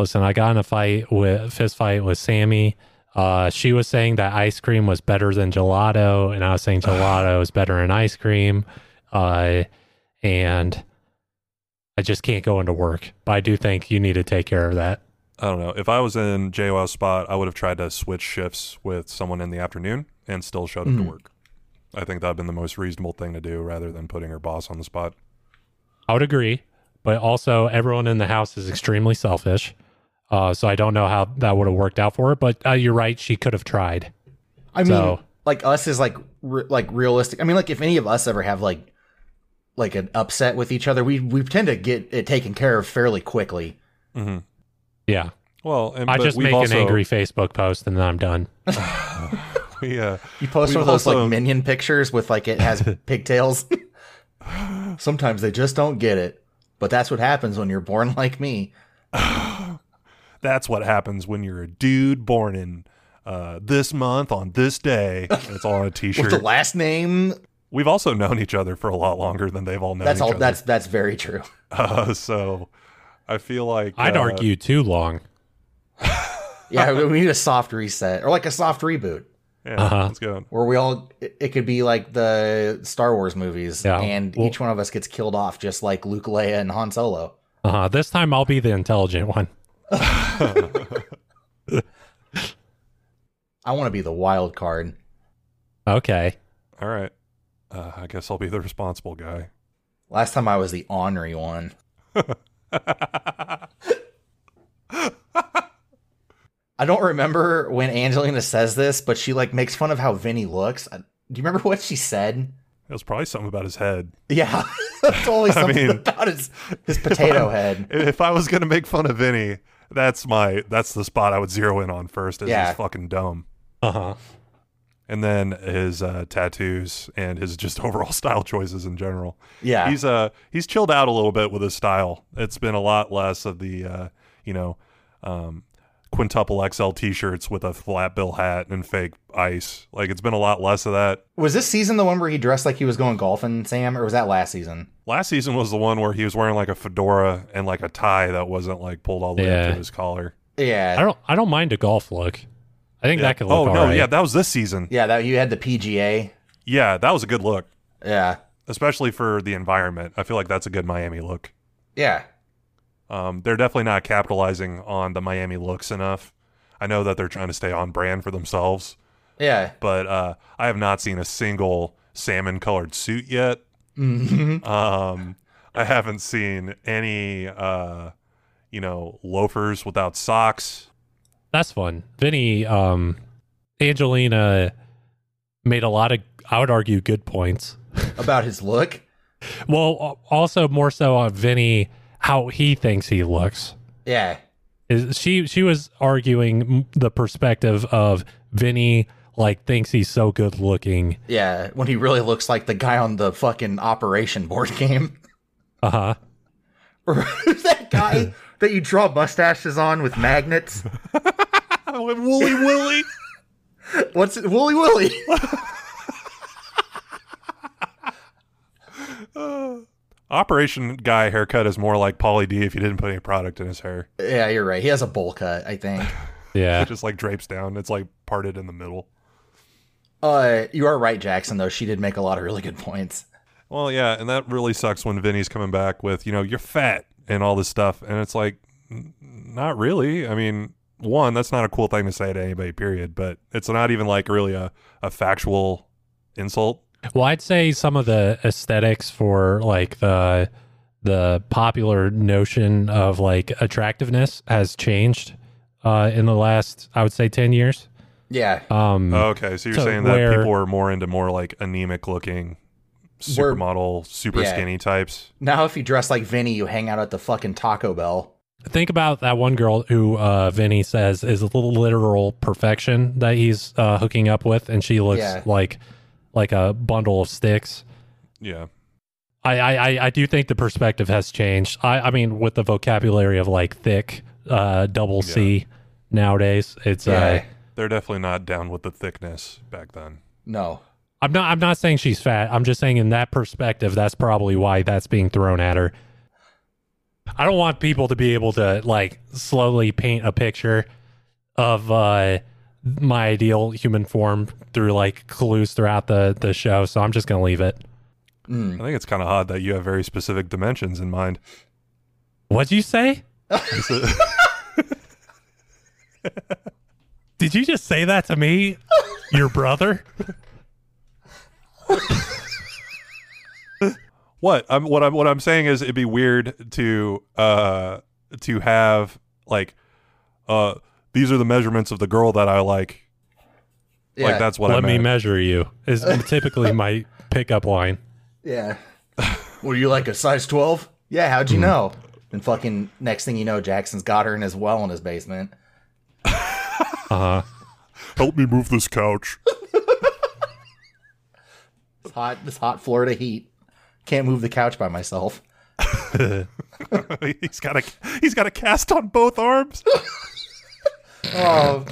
Listen, I got in a fight with fist fight with Sammy. Uh, she was saying that ice cream was better than gelato, and I was saying gelato is better than ice cream. Uh, and I just can't go into work. But I do think you need to take care of that.
I don't know. If I was in JWoww's spot, I would have tried to switch shifts with someone in the afternoon and still showed up
Mhm.
Mm-hmm.
to work. I think that'd been the most reasonable thing to do rather than putting her boss on the spot.
I would agree, but also everyone in the house is extremely selfish. Uh, so I don't know how that would have worked out for her. But uh, you're right; she could have tried.
I mean
So-
like us is like re- like realistic. I mean like if any of us ever have like like an upset with each other, we we tend to get it taken care of fairly quickly.
Mm-hmm.
Yeah,
Well, and
I
but
just
we've
make
also-
an angry Facebook post and then I'm done.
We uh,
You post
We've
one of those
also-
like minion pictures with like it has pigtails. Sometimes they just don't get it. But that's what happens when you're born like me.
that's what happens when you're a dude born in uh, this month on this day. And it's all on a
With the
t-shirt.
last name
We've also known each other for a lot longer than they've all known
that's
each
all
other.
that's that's very true
Uh, so I feel like
I'd
uh,
argue too long.
yeah we- we need a soft reset or like a soft reboot
Yeah,
Uh-huh.
let's go.
where we all it it could be like the star wars movies
Yeah.
and
Well-
each one of us gets killed off just like luke leia and han solo
Uh huh. This time I'll be the intelligent one.
i want to be the wild card
Okay.
All right. Uh, I guess I'll be the responsible guy.
last time i was the ornery one i don't remember when angelina says this but she like makes fun of how vinny looks I- do you remember what she said
It was probably something about his head.
yeah totally something
mean-
about his his potato head
If I was gonna make fun of Vinny, that's my that's the spot I would zero in on first. Is
Yeah.
his fucking dumb,
Uh
Uh-huh.
huh.
and then his uh, tattoos and his just overall style choices in general.
yeah
he's uh he's chilled out a little bit with his style. It's been a lot less of the uh, you know um, quintuple XL t-shirts with a flat bill hat and fake ice. Like it's been a lot less of that.
was this season the one where he dressed like he was going golfing sam or was that last season
Last season was the one where he was wearing like a fedora and like a tie that wasn't like pulled all the way up
Yeah.
to his collar.
I
Yeah,
don't I don't mind a golf look. I think
Yeah.
that could look
oh
all
no,
right.
yeah, that was this season.
yeah. That you had the PGA.
Yeah, that was a good look,
Yeah,
especially for the environment. I feel like that's a good Miami look.
yeah.
Um, they're definitely not capitalizing on the Miami looks enough. I know that they're trying to stay on brand for themselves,
Yeah.
but uh, I have not seen a single salmon colored suit yet.
Mhm.
Um, I haven't seen any, uh, you know, loafers without socks.
That's fun. Vinny, um, Angelina made a lot of, I would argue, good points.
About his look.
Well, al- also more so on Vinny, how he thinks he looks.
Yeah.
Is she she was arguing m- the perspective of Vinny like thinks he's so good looking.
Yeah, when he really looks like the guy on the fucking Operation board game.
Uh huh.
Who's that guy that you draw mustaches on with magnets?
Wooly Willy.
What's it? Wooly Willy.
Operation guy haircut is more like Pauly D if you didn't put any product in his hair.
yeah, you're right. He has a bowl cut, I think.
Yeah.
It just like drapes down. It's like parted in the middle.
Uh, you are right, Jackson, though. She did make a lot of really good points.
Well, yeah, and that really sucks when Vinny's coming back with, you know, you're fat and all this stuff. And it's like, n- not really. I mean, one, that's not a cool thing to say to anybody, period. But it's not even like really a, a factual insult.
Well, I'd say some of the aesthetics for like the the popular notion of like attractiveness has changed uh, in the last, I would say, ten years.
Yeah.
Um,
Oh,
Uh,
Okay, so you're
So
saying that
where-
people are more into more like anemic looking,
We're-
supermodel, super
Yeah.
skinny types.
Now, if you dress like Vinny, you hang out at the fucking Taco Bell.
Think about that one girl who uh, Vinny says is a little literal perfection that he's uh, hooking up with, and she looks
Yeah.
like like a bundle of sticks.
Yeah.
I, I I- I do think the perspective has changed. I I mean, with the vocabulary of like thick, uh, double C nowadays, it's uh,
Yeah.
They're definitely not down with the thickness back then.
No.
I'm not I'm not saying she's fat. I'm just saying in that perspective, that's probably why that's being thrown at her. I don't want people to be able to like slowly paint a picture of uh my ideal human form through like clues throughout the the show, so I'm just going to leave it.
I
Mm.
think it's kind of odd that you have very specific dimensions in mind.
What'd you say? Did you just say that to me? Your brother?
What I'm what I'm what I'm saying is it'd be weird to uh to have like uh these are the measurements of the girl that I like.
Yeah.
Like that's what
Let
I
me
meant.
measure you is typically my pickup line.
Yeah. Were you like a size 12? Yeah, how'd
Hmm.
you know? And fucking next thing you know, Jackson's got her in his well in his basement.
Uh huh.
Help me move this couch.
It's hot, this hot Florida heat. Can't move the couch by myself.
he's got a he's got a cast on both arms.
Oh,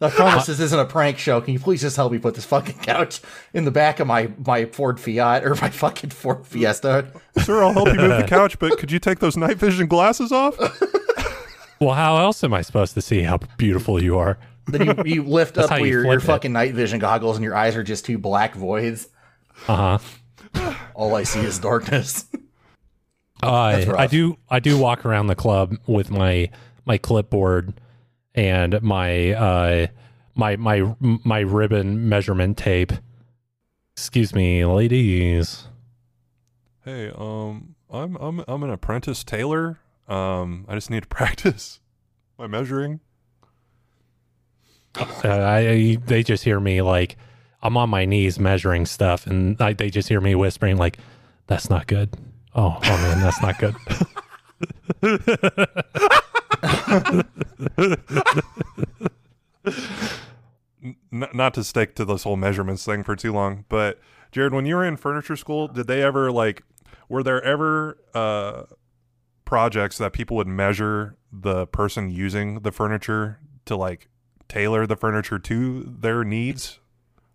I promise this isn't a prank show. Can you please just help me put this fucking couch in the back of my my Ford Fiat or my fucking Ford Fiesta?
Sir, I'll help you move the couch, but could you take those night vision glasses off?
Well, how else am I supposed to see how beautiful you are?
Then you, you lift
That's
up
how you
your, your
flip it.
fucking night vision goggles and your eyes are just two black voids.
Uh huh.
All I see is darkness.
I
rough.
I do I do walk around the club with my my clipboard and my uh my my my ribbon measurement tape. Excuse me, ladies.
Hey, um, I'm I'm I'm an apprentice tailor. Um, I just need to practice my measuring.
Uh, I, I they just hear me like I'm on my knees measuring stuff, and I, they just hear me whispering like, "That's not good." Oh, oh man, that's not good.
N- not to stick to this whole measurements thing for too long, but Jared, when you were in furniture school, did they ever like were there ever uh projects that people would measure the person using the furniture to like tailor the furniture to their needs?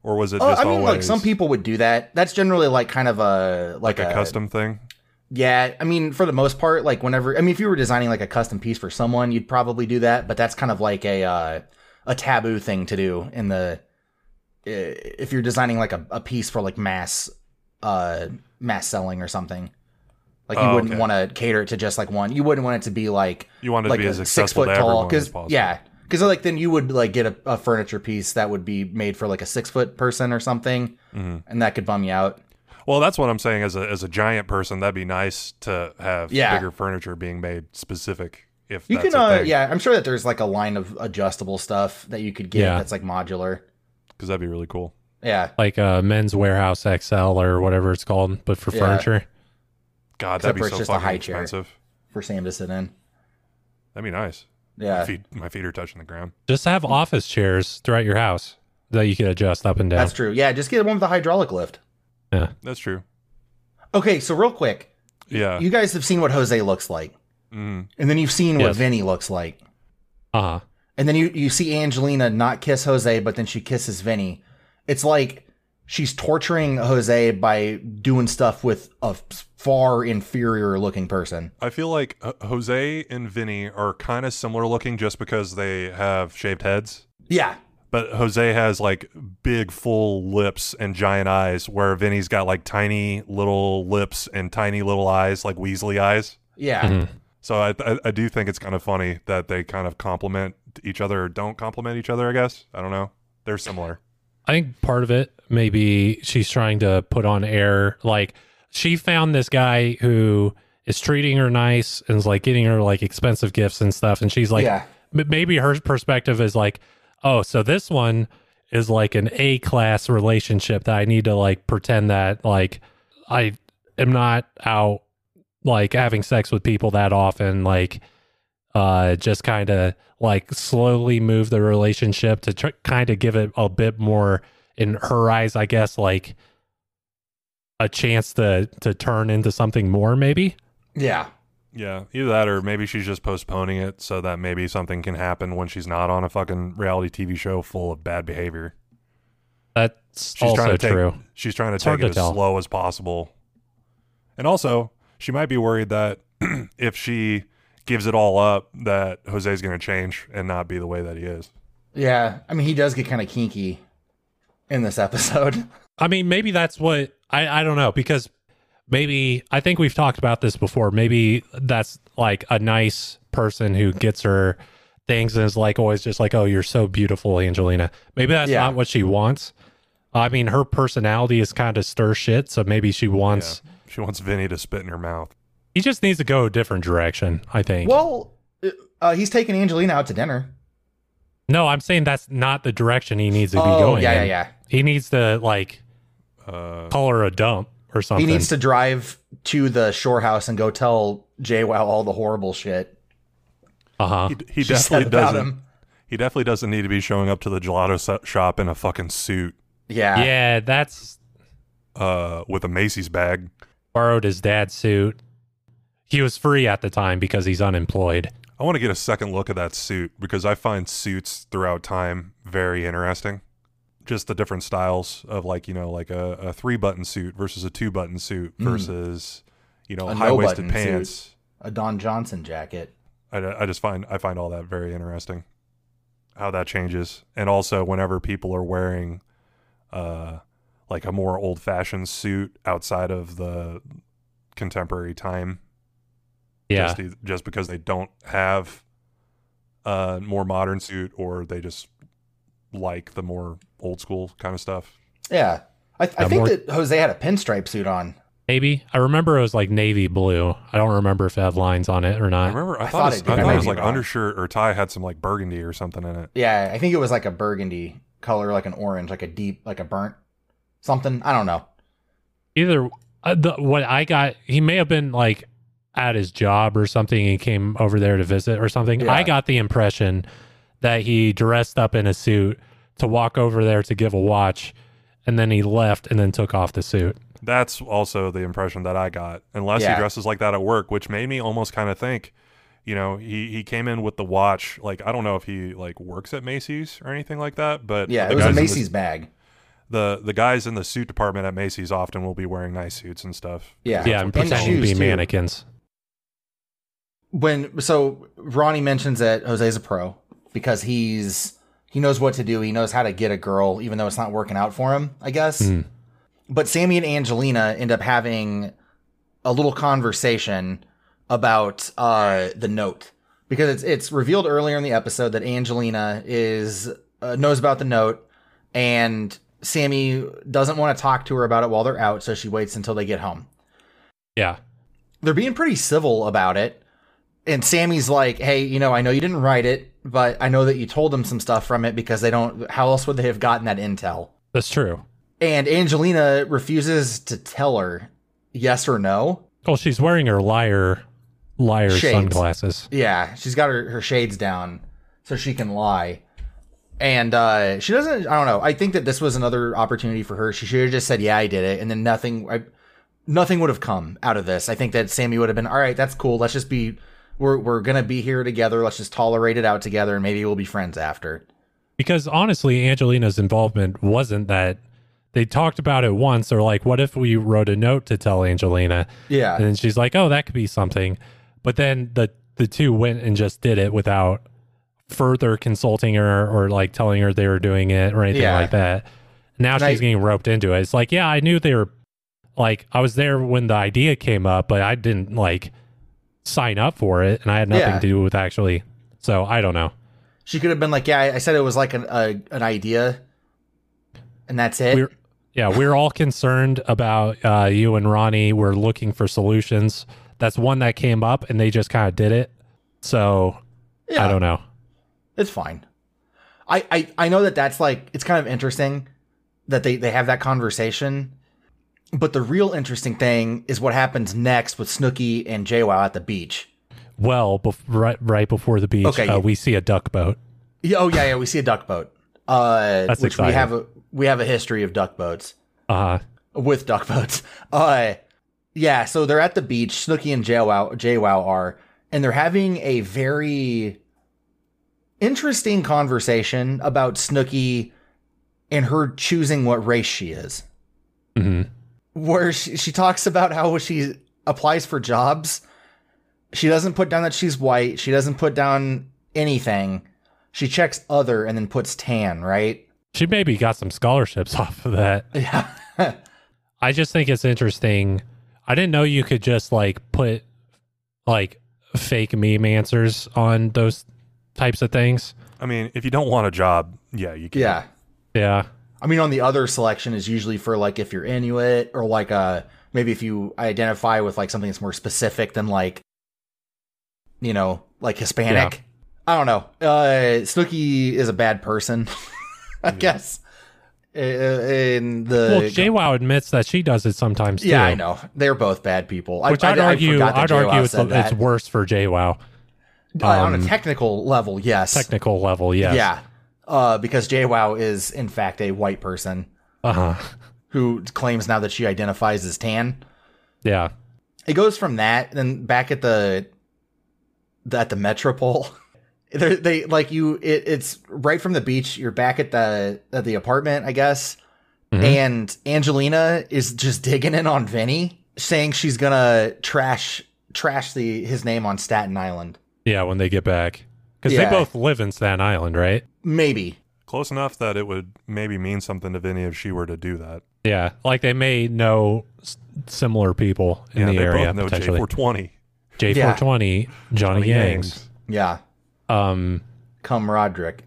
Or was it
Oh,
just
I mean,
always
like uh, some people would do that. That's generally like kind of a like,
like a custom thing?
Yeah, I mean, for the most part, like whenever, I mean, if you were designing like a custom piece for someone, you'd probably do that, but that's kind of like a uh, a taboo thing to do in the i- if you're designing like a, a piece for like mass uh mass selling or something. Like you
Oh,
wouldn't
okay.
want to cater it to just like one. You wouldn't want it to be like
You want it
like
to be
a
as
six
accessible
foot
to
tall
everyone as
because
possible.
yeah, because like then you would like get a, a furniture piece that would be made for like a six foot person or something,
Mm-hmm.
and that could bum you out.
Well, that's what I'm saying. As a as a giant person, that'd be nice to have
Yeah.
bigger furniture being made specific. If
You
that's
can,
a
uh,
thing,
yeah, I'm sure that there's like a line of adjustable stuff that you could get
Yeah.
that's like modular.
because that'd be really cool.
Yeah,
like uh, men's warehouse XL or whatever it's called, but for
Yeah.
furniture.
God,
Except
that'd be
for it's
so
just a
fucking
high chair.
expensive.
for Sam to sit in.
That'd be nice.
Yeah,
My feet, my feet are touching the ground.
Just have office chairs throughout your house that you can adjust up and down.
that's true. Yeah, just get one with a hydraulic lift.
yeah.
That's true.
Okay, so real quick,
Yeah.
you guys have seen what Jose looks like,
Mhm.
and then you've seen what
Yes.
Vinny looks like,
Uh huh.
and then you you see Angelina not kiss Jose, but then she kisses Vinny. It's like she's torturing Jose by doing stuff with a far inferior looking person.
I feel like uh, Jose and Vinny are kind of similar looking just because they have shaved heads.
Yeah,
But Jose has like big, full lips and giant eyes, where Vinny's got like tiny little lips and tiny little eyes, like Weasley eyes.
yeah.
Mhm.
So I, I I do think it's kind of funny that they kind of complement each other or don't complement each other. I guess I don't know. They're similar.
I think part of it maybe she's trying to put on air. Like she found this guy who is treating her nice and is like getting her like expensive gifts and stuff, and she's like,
Yeah.
m- maybe her perspective is like, oh, so this one is like an A class relationship that I need to like pretend that like I am not out like having sex with people that often, like uh just kind of like slowly move the relationship to tr- kind of give it a bit more in her eyes i guess like a chance to to turn into something more maybe
Yeah.
Yeah, either that or maybe she's just postponing it so that maybe something can happen when she's not on a fucking reality TV show full of bad behavior.
that's
She's
also
trying to take,
true
She's trying to
It's
take
hard
it
to
as
tell.
slow as possible. And also, she might be worried that if she gives it all up, that Jose's going to change and not be the way that he is.
Yeah, I mean he does get kind of kinky in this episode.
I mean, maybe that's what I, I don't know because maybe I think we've talked about this before. Maybe that's like a nice person who gets her things and is like always just like, oh, you're so beautiful, Angelina. Maybe that's
Yeah.
not what she wants. I mean, her personality is kind of stir shit, so maybe she wants.
She wants Vinny to spit in her mouth.
He just needs to go a different direction. I think.
Well, uh, he's taking Angelina out to dinner.
No, I'm saying that's not the direction he needs to be
Oh,
going.
yeah, yeah,
in.
yeah.
He needs to like
Uh,
call her a dump or something.
He needs to drive to the shore house and go tell JWoww all the horrible shit
Uh huh.
he he
she said
definitely
about
doesn't.
him.
He definitely doesn't need to be showing up to the gelato so- shop in a fucking suit
Yeah,
Yeah, that's
uh, with a Macy's bag.
borrowed his dad's suit. He was free at the time because he's unemployed.
I want to get a second look at that suit because I find suits throughout time very interesting. Just the different styles of like, you know, like a, a three button suit versus a two button suit versus, you know,
Hmm. A
high
no-button
waisted
suit.
pants.
a Don Johnson jacket.
I, I just find I find all that very interesting. How that changes. And also whenever people are wearing uh like a more old fashioned suit outside of the contemporary time
Yeah.
just, e- just because they don't have a more modern suit or they just like the more old school kind of stuff.
Yeah, I, I
Yeah,
think
more-
that Jose had a pinstripe suit on.
Maybe. I remember it was like navy blue. I don't remember if it had lines on it or
I
not.
remember I,
I
thought,
thought
his-
it
I
did.
thought
I
his
might
like
be wrong.
undershirt or tie had some like burgundy or something in it.
Yeah, I think it was like a burgundy color, like an orange, like a deep, like a burnt something. I don't know.
Either uh, the, what I got, he may have been like at his job or something. He came over there to visit or something.
Yeah.
I got the impression that he dressed up in a suit to walk over there to give a watch and then he left and then took off the suit.
That's also the impression that I got. Unless
Yeah.
he dresses like that at work, which made me almost kind of think, you know, he he came in with the watch. Like I don't know if he like works at Macy's or anything like that, but
Yeah,
the
it was a
guys in the-
Macy's bag.
the the guys in the suit department at Macy's often will be wearing nice suits and stuff.
Yeah.
yeah, and pretending to
shoes,
be
too.
mannequins.
When so Ronnie mentions that Jose's a pro because he's he knows what to do. He knows how to get a girl, even though it's not working out for him. I guess.
Mm.
But Sammy and Angelina end up having a little conversation about uh, the note because it's it's revealed earlier in the episode that Angelina is uh, knows about the note and Sammy doesn't want to talk to her about it while they're out, so she waits until they get home
Yeah,
they're being pretty civil about it. And Sammy's like, "Hey, you know, I know you didn't write it, but I know that you told them some stuff from it because they don't. How else would they have gotten that intel?"
that's true.
And Angelina refuses to tell her yes or no.
Well, she's wearing her liar liar
Shades.
sunglasses.
Yeah, she's got her, her shades down so she can lie. And uh, she doesn't. I don't know. I think that this was another opportunity for her. She should have just said, "Yeah, I did it," and then nothing. I, nothing would have come out of this. I think that Sammy would have been, "All right, that's cool. Let's just be. We're we're gonna be here together. Let's just tolerate it out together, and maybe we'll be friends after."
Because honestly, Angelina's involvement wasn't that. They talked about it once. They're like, "What if we wrote a note to tell Angelina?"
Yeah.
And then she's like, "Oh, that could be something." But then the the two went and just did it without further consulting her or like telling her they were doing it or anything
Yeah.
like that. Now
And
she's
I-
getting roped into it. It's like, "Yeah, I knew they were like I was there when the idea came up, but I didn't like sign up for it and I had nothing
Yeah.
to do with actually." So, I don't know.
She could have been like, "Yeah, I, I said it was like an a, an idea, and that's it."
We're- Yeah, we're all concerned about uh, you and Ronnie. We're looking for solutions. That's one that came up, and they just kind of did it. So
Yeah.
I don't know.
It's fine. I, I I know that that's like it's kind of interesting that they they have that conversation, but the real interesting thing is what happens next with Snooky and JWoww at the beach.
Well, bef- right, right before the beach,
Okay.
uh, we see a duck boat.
Yeah, oh yeah, yeah, we see a duck boat. Uh,
That's
which we
exciting.
have a we have a history of duck boats.
Uh,
with duck boats. Uh, yeah, so they're at the beach. Snooky and JWoww, JWoww are, and they're having a very interesting conversation about Snooky and her choosing what race she is. Mm-hmm.
hmm
Where she, she talks about how she applies for jobs. She doesn't put down that she's white. She doesn't put down anything. She checks other and then puts tan, right?
She maybe got some scholarships off of that.
Yeah.
I just think it's interesting. I didn't know you could just like put like fake meme answers on those types of things.
I mean, if you don't want a job, yeah, you can.
yeah.
Yeah.
I mean, on the other selection is usually for like if you're Inuit or like uh maybe if you identify with like something that's more specific than like you know like Hispanic. I don't know. Uh, Snooky is a bad person, I guess. Uh, In the
Well, JWoww admits that she does it sometimes.
yeah,
too.
I know they're both bad people.
Which
I,
I, would
I, I
argue,
forgot that
I'd
JWoww
argue it's,
said that.
it's worse for JWoww
Uh, on
um,
a technical level. Yes,
technical level. Yes.
yeah, uh, because JWoww is in fact a white person
Uh-huh.
who claims now that she identifies as tan.
Yeah.
it goes from that then back at the the- at the metropole they they like you it, it's right from the beach you're back at the at the apartment i guess
Mhm.
and angelina is just digging in on vinny saying she's gonna trash trash the his name on staten island
Yeah. When they get back, because
Yeah.
they both live in Staten Island, right?
maybe
Close enough that it would maybe mean something to Vinny if she were to do that.
Yeah. Like they may know s- similar people in
yeah,
the
they
area
both know
potentially.
J420.
J four twenty Johnny Yangs.
yeah
Um,
come roderick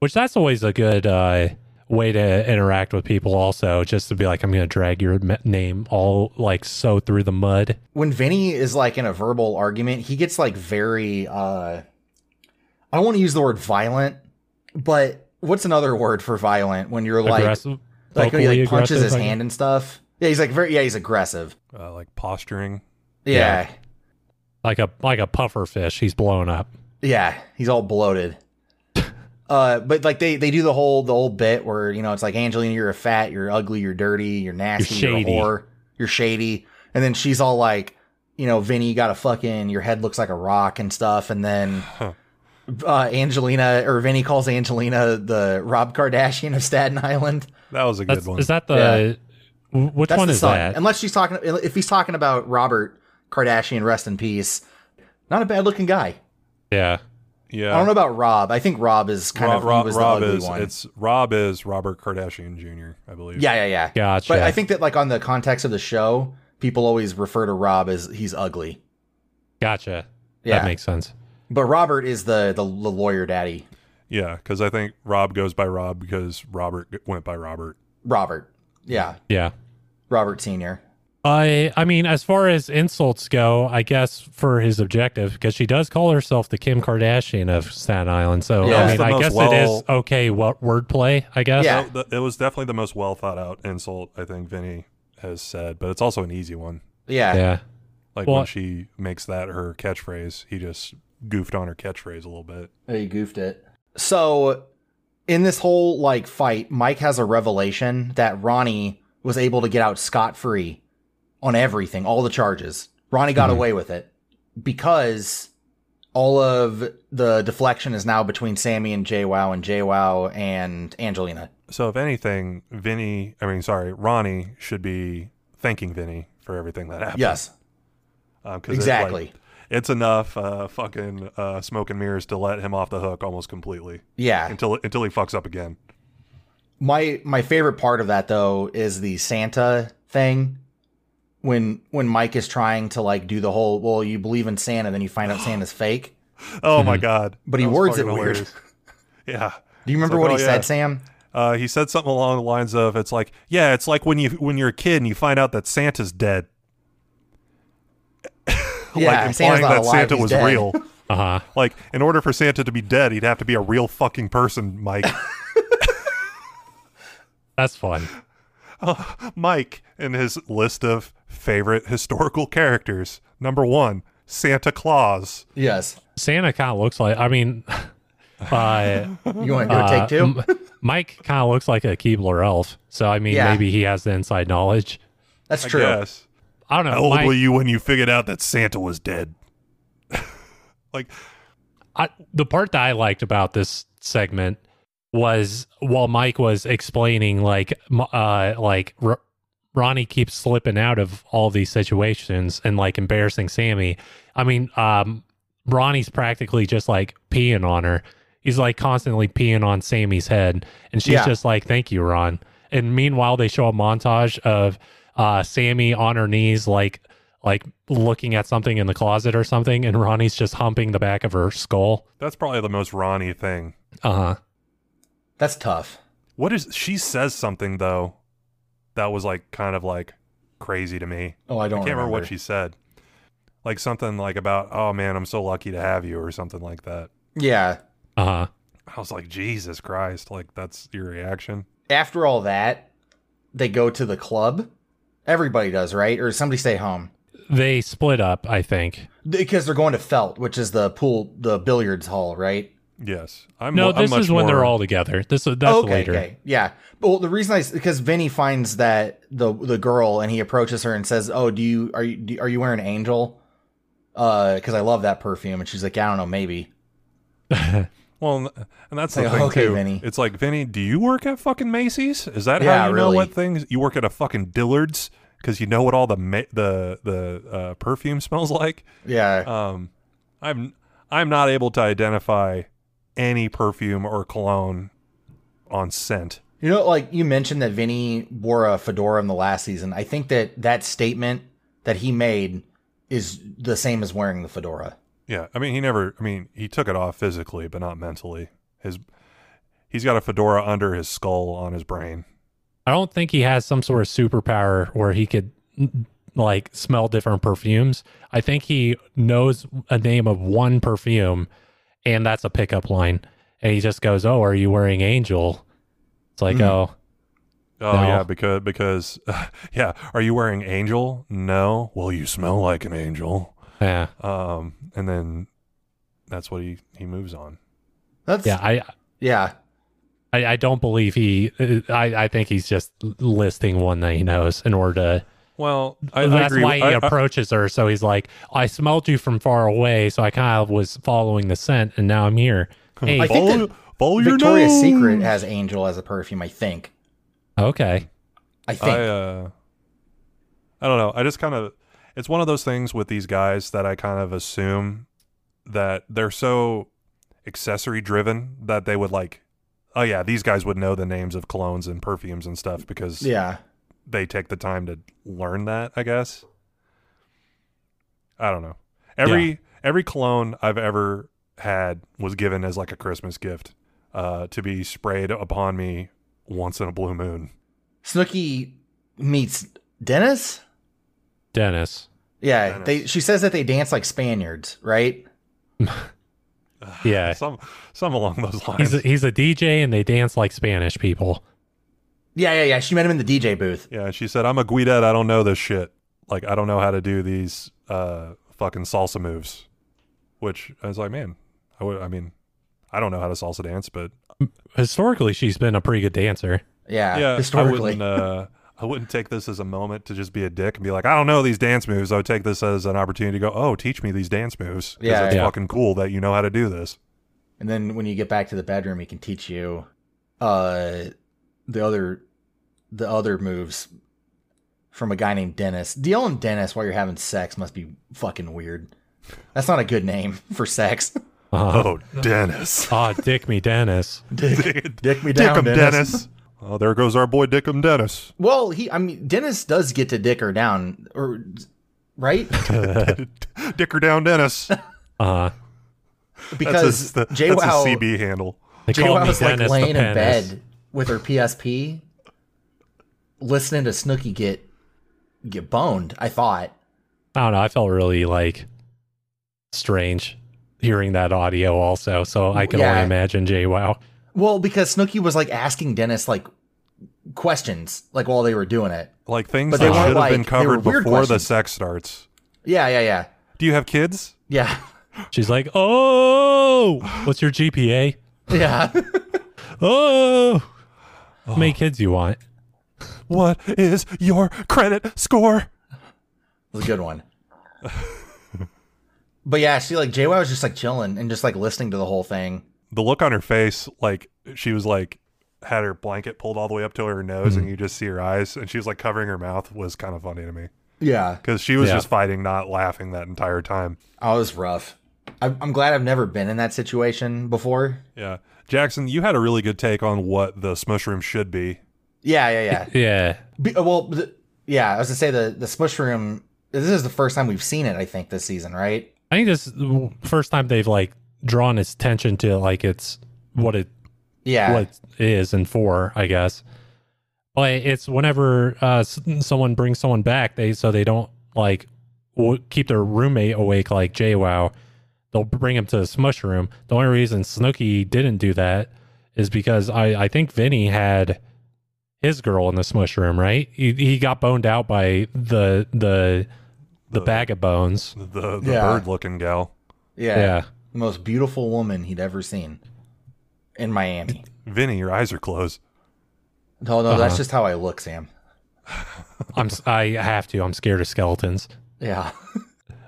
which that's always a good uh way to interact with people. Also, just to be like, I'm gonna drag your me- name all like so through the mud.
when Vinny is like in a verbal argument, he gets like very uh I don't want to use the word violent, but what's another word for violent when you're like
aggressive.
like when he
vocally
like punches
aggressive,
his
I guess.
hand and stuff? Yeah, he's like very yeah, he's aggressive.
Uh, like posturing.
Yeah. yeah.
Like a like a puffer fish. He's blown up.
he's all bloated. Uh, but like they they do the whole the whole bit where you know it's like Angelina, you're a fat, you're ugly, you're dirty, you're nasty, you're,
shady.
a whore, you're shady, and then she's all like, you know, Vinny, you got a fucking, your head looks like a rock and stuff, and then uh, Angelina or Vinny calls Angelina the Rob Kardashian of Staten Island.
That was a good
That's,
one.
is that the wh- which
That's
one
the Um,
is
son.
that?
Unless she's talking, if he's talking about Robert Kardashian, rest in peace. Not a bad looking guy.
yeah.
yeah.
I don't know about Rob. I think Rob is kind
Rob,
of he
Rob,
was
Rob
the ugly
is
one.
it's Rob is Robert Kardashian Jr. I believe.
yeah, yeah, yeah.
Gotcha.
But I think that like on the context of the show, people always refer to Rob as he's ugly.
Gotcha.
Yeah.
That makes sense.
But Robert is the the, the lawyer daddy.
Yeah, because I think Rob goes by Rob because Robert g- went by Robert.
Robert. Yeah,
Yeah.
Robert Senior.
I I mean, as far as insults go, I guess for his objective, because she does call herself the Kim Kardashian of Staten Island, so
Yeah.
I
That's
mean,
the
I
most
guess it
well-
is okay. What wordplay? I guess.
Yeah.
Th- It was definitely the most well thought out insult I think Vinny has said, but it's also an easy one.
Yeah.
Yeah.
Like
Well-
when she makes that her catchphrase, he just goofed on her catchphrase a little bit.
He goofed it. So, in this whole like fight, Mike has a revelation that Ronnie was able to get out scot free on everything, all the charges. Ronnie got
Mhm.
away with it because all of the deflection is now between Sammy and JWoww and JWoww and Angelina.
So if anything, Vinny, I mean, sorry, Ronnie should be thanking Vinny for everything that happened.
Yes,
Um, 'cause it, like,
exactly.
it's enough uh, fucking uh, smoke and mirrors to let him off the hook almost completely
yeah.
until until he fucks up again.
My my favorite part of that though is the Santa thing. When when Mike is trying to like do the whole well, you believe in Santa, then you find out Santa's fake.
Oh my god!
Mm-hmm. But he
That was
words it
fucking
weird.
hilarious. yeah.
Do you remember
like,
what
oh,
he
yeah.
said, Sam?
Uh, he said something along the lines of, "It's like, yeah, it's like when you when you're a kid and you find out that Santa's dead, like
Santa's
implying
not
that
alive,
Santa
he's
was
dead.
real.
Uh huh.
like, in order for Santa to be dead, he'd have to be a real fucking person, Mike.
That's fun.
Mike, in his list of favorite historical characters, number one, Santa Claus.
Yes.
Santa kind of looks like. I mean, uh,
You want to go
uh,
take two?
M- Mike kind of looks like a Keebler elf, so I mean,
Yeah.
maybe he has the inside knowledge.
That's
I
true.
guess.
I don't know.
How old
Uh, Mike-
were you when you figured out that Santa was dead? like,
I, the part that I liked about this segment was while Mike was explaining, like, m- uh, like R- Ronnie keeps slipping out of all these situations and like embarrassing Sammy. I mean, um, Ronnie's practically just like peeing on her. He's like constantly peeing on Sammy's head, and she's
Yeah.
just like, "Thank you, Ron." And meanwhile, they show a montage of uh, Sammy on her knees, like like looking at something in the closet or something, and Ronnie's just humping the back of her skull.
that's probably the most Ronnie thing.
Uh huh.
That's tough.
What is she says something though that was like kind of like crazy to me.
Oh, I
I
don't
can't remember. what she said. Like something like about, oh man, I'm so lucky to have you or something like that.
Yeah.
Uh huh.
I was like, Jesus Christ, like that's your reaction.
After all that, they go to the club. Everybody does, right? Or does somebody stay home
They split up, I think.
because they're going to Felt, which is the pool, the billiards hall, right?
Yes. I'm
No,
mo- I'm
this
much
is when they're
more-
all together. This is that's
Oh, okay,
later.
okay, yeah. But well, the reason I s- because Vinny finds that the the girl and he approaches her and says, "Oh, do you are you do, are you wearing Angel?" Uh, because I love that perfume, and she's like, "I don't know, maybe."
Well, n- and that's the
Like,
thing
okay,
too.
Vinny.
It's like, Vinny, do you work at fucking Macy's? Is that
Yeah,
how you
really.
know what things you work at a fucking Dillard's because you know what all the ma- the the uh, perfume smells like?
Yeah.
Um, I'm I'm not able to identify any perfume or cologne on scent.
You know, like you mentioned that Vinny wore a fedora in the last season. I think that that statement that he made is the same as wearing the fedora.
Yeah, I mean he never. I mean he took it off physically, but not mentally. His he's got a fedora under his skull on his brain.
I don't think he has some sort of superpower where he could mm, like smell different perfumes. I think he knows a name of one perfume, and that's a pickup line. And he just goes, "Oh, are you wearing Angel?" It's like,
Mm.
Mhm.
"Oh,
Oh
No.
yeah, because because yeah. Are you wearing angel? No. Well, you smell like an angel.
yeah,
Um, and then that's what he he moves on.
That's
yeah."
yeah.
I I, uh, I don't believe he. I I think he's just listing one that he knows in order to
Well, I, I
that's
agree.
why he
I- I-
approaches her. So he's like, "I smelled you from far away, so I kind of was following the scent, and now I'm here." Hey,
I think
follow,
that
follow your
Victoria's
nose.
Secret has Angel as a perfume, I think.
okay,
I think.
I uh, I don't know. I just kind of it's one of those things with these guys that I kind of assume that they're so accessory driven that they would like oh yeah, these guys would know the names of colognes and perfumes and stuff because
yeah.
they take the time to learn that, I guess. I don't know. Every every cologne I've ever had was given as like a Christmas gift uh, to be sprayed upon me once in a blue moon.
Snooky meets Dennis?
Dennis.
Yeah.
Dennis.
They she says that they dance like Spaniards, right?
Yeah,
Some some along those lines.
he's a, he's a DJ, and they dance like Spanish people.
Yeah, yeah, yeah. She met him in the DJ booth.
yeah, she said, "I'm a Guidette. I don't know this shit. Like I don't know how to do these uh, fucking salsa moves." Which I was like, man, I would. I mean, I don't know how to salsa dance, but
Historically, she's been a pretty good dancer.
Yeah.
yeah, I
historically.
wouldn't, uh, I wouldn't take this as a moment to just be a dick and be like, I don't know these dance moves. I would take this as an opportunity to go, oh, teach me these dance moves. 'cause
Yeah,
it's
yeah.
fucking cool that you know how to do this.
And then when you get back to the bedroom, he can teach you uh the other the other moves from a guy named Dennis. Dealing Dennis while you're having sex must be fucking weird. That's not a good name for sex.
Uh,
Oh, Dennis.
Ah, dick me, Dennis.
Dick, dick me down,
Dickum
Dennis.
Dennis. Oh, there goes our boy Dickum Dennis.
Well, he I mean Dennis does get to dick her down or right?
Dicker 'er down Dennis.
Uh,
That's
Because
his, the,
Jay
that's his
Wow
CB handle.
they
Jay
called me
was like
Dennis the
laying in
penis.
bed with her PSP listening to Snooki get get boned, I thought.
I don't know. I felt really like strange hearing that audio also. So I can
Yeah.
only imagine Jay Wow.
Well, because Snooki was like asking Dennis like questions, like while they were doing it.
Like things
But
that
they
should
weren't
have
like-
been
they
covered
were
before
weird
the
questions.
sex starts.
Yeah, yeah, yeah,
Do you have kids?
yeah,
She's like, Oh, what's your GPA?
yeah.
Oh, how many kids you want?
What is your credit score?
It was a good one. but yeah, she like JY was just like chilling and just like listening to the whole thing.
the look on her face, like she was like had her blanket pulled all the way up to her nose, and you just see her eyes, and she was like covering her mouth was kind of funny to me
Yeah,
because she was
Yeah.
just fighting not laughing that entire time.
I was rough. I- I'm glad I've never been in that situation before.
Yeah, Jackson, you had a really good take on what the smush room should be.
Yeah, yeah, yeah.
Yeah.
Be- uh, well, th- yeah, I was gonna say the the smush room. This is the first time we've seen it, I think, this season, right?
I think this is the first time they've like drawn its attention to like it's what it
Yeah,
what it is and for, I guess. But it's whenever uh, s- someone brings someone back, they so they don't like w- keep their roommate awake like JWoww. They'll bring him to the smush room. The only reason Snooky didn't do that is because I, I think Vinny had his girl in the smush room, right? He, he got boned out by the the the bag of bones.
The, the
Yeah.
bird looking gal,
yeah,
Yeah.
The most beautiful woman he'd ever seen in Miami.
Vinny, your eyes are closed.
No, no,
uh-huh.
that's just how I look, Sam.
I'm s- I have to. I'm scared of skeletons.
Yeah.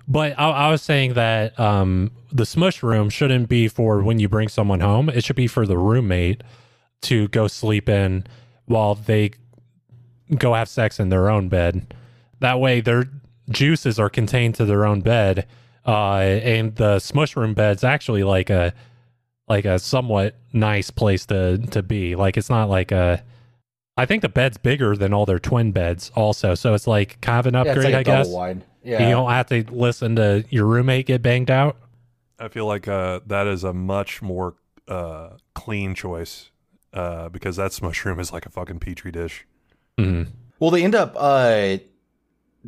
But I, I was saying that um, the smush room shouldn't be for when you bring someone home. It should be for the roommate to go sleep in while they go have sex in their own bed. That way, their juices are contained to their own bed, uh, and the smush room bed's actually like a like a somewhat nice place to to be. Like it's not like a. I think the bed's bigger than all their twin beds, also. So it's like kind of an
yeah, it's like
upgrade,
a
I
double
guess.
wide.
You
Yeah.
don't have to listen to your roommate get banged out.
I feel like uh, that is a much more uh, clean choice uh, because that smush room is like a fucking petri dish.
Mhm.
Well, they end up uh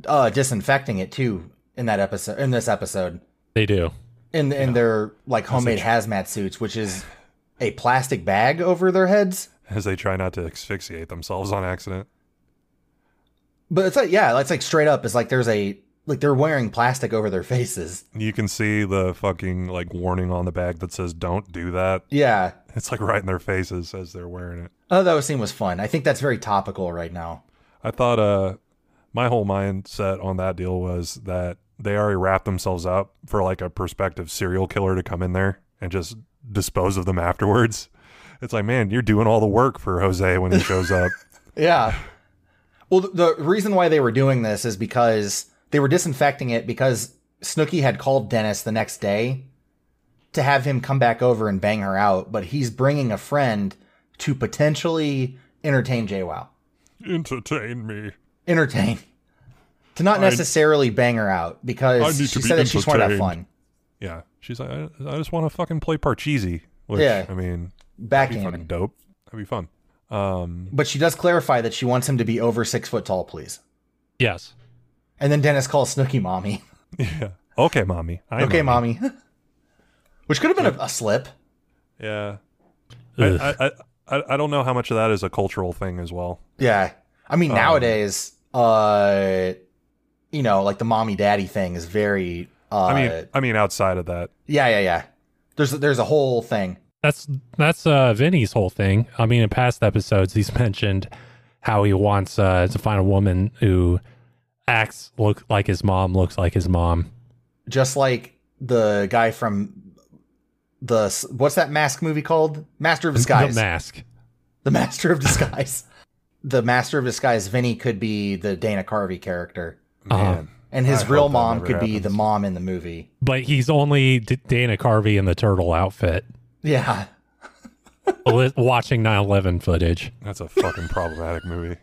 uh disinfecting it too in that episode in this episode.
They do.
In in their like homemade hazmat suits, which is a plastic bag over their heads.
As they try not to asphyxiate themselves on accident.
But it's like yeah, it's like straight up. It's like there's a like they're wearing plastic over their faces.
You can see the fucking like warning on the bag that says "Don't do that."
Yeah.
It's like right in their faces as they're wearing it.
I thought that scene was fun. I think that's very topical right now.
I thought, uh, my whole mindset on that deal was that they already wrapped themselves up for like a prospective serial killer to come in there and just dispose of them afterwards. It's like, man, you're doing all the work for Jose when he shows up.
Yeah. Well, th- the reason why they were doing this is because they were disinfecting it because Snooky had called Dennis the next day to have him come back over and bang her out, but he's bringing a friend to potentially entertain JWoww.
Entertain me.
Entertain. To not necessarily bang her out
I
because
need
she
to be
said that she just wanted to have
entertained.
fun.
Yeah. She's like, I, I just want to fucking play Parcheesi. Which,
Yeah.
I mean,
Back
be fucking
in.
dope. That'd be fun. Um,
But she does clarify that she wants him to be over six foot tall, please.
Yes.
And then Dennis calls Snooky mommy.
yeah. Okay, mommy. I
okay,
mommy.
mommy. Which could have been a, a slip.
Yeah.
Ugh.
I, I, I, I don't know how much of that is a cultural thing as well.
Yeah. I mean,
Um,
nowadays, uh, you know, like the mommy daddy thing is very, uh,
I mean, I mean, outside of that,
yeah, yeah, yeah. There's, there's a whole thing.
That's that's uh Vinny's whole thing. I mean, in past episodes, he's mentioned how he wants uh to find a woman who acts look like his mom, looks like his mom.
Just like the guy from the, s- what's that mask movie called? Master of Disguise.
The mask.
The Master of Disguise. the Master of Disguise, Vinny could be the Dana Carvey character.
Uh-huh.
man,
And his
I
real
hope that
mom
never
could be the
happens.
mom in the movie.
But he's only D- Dana Carvey in the turtle outfit,
Yeah.
li- watching 9/11 footage.
that's a fucking problematic movie.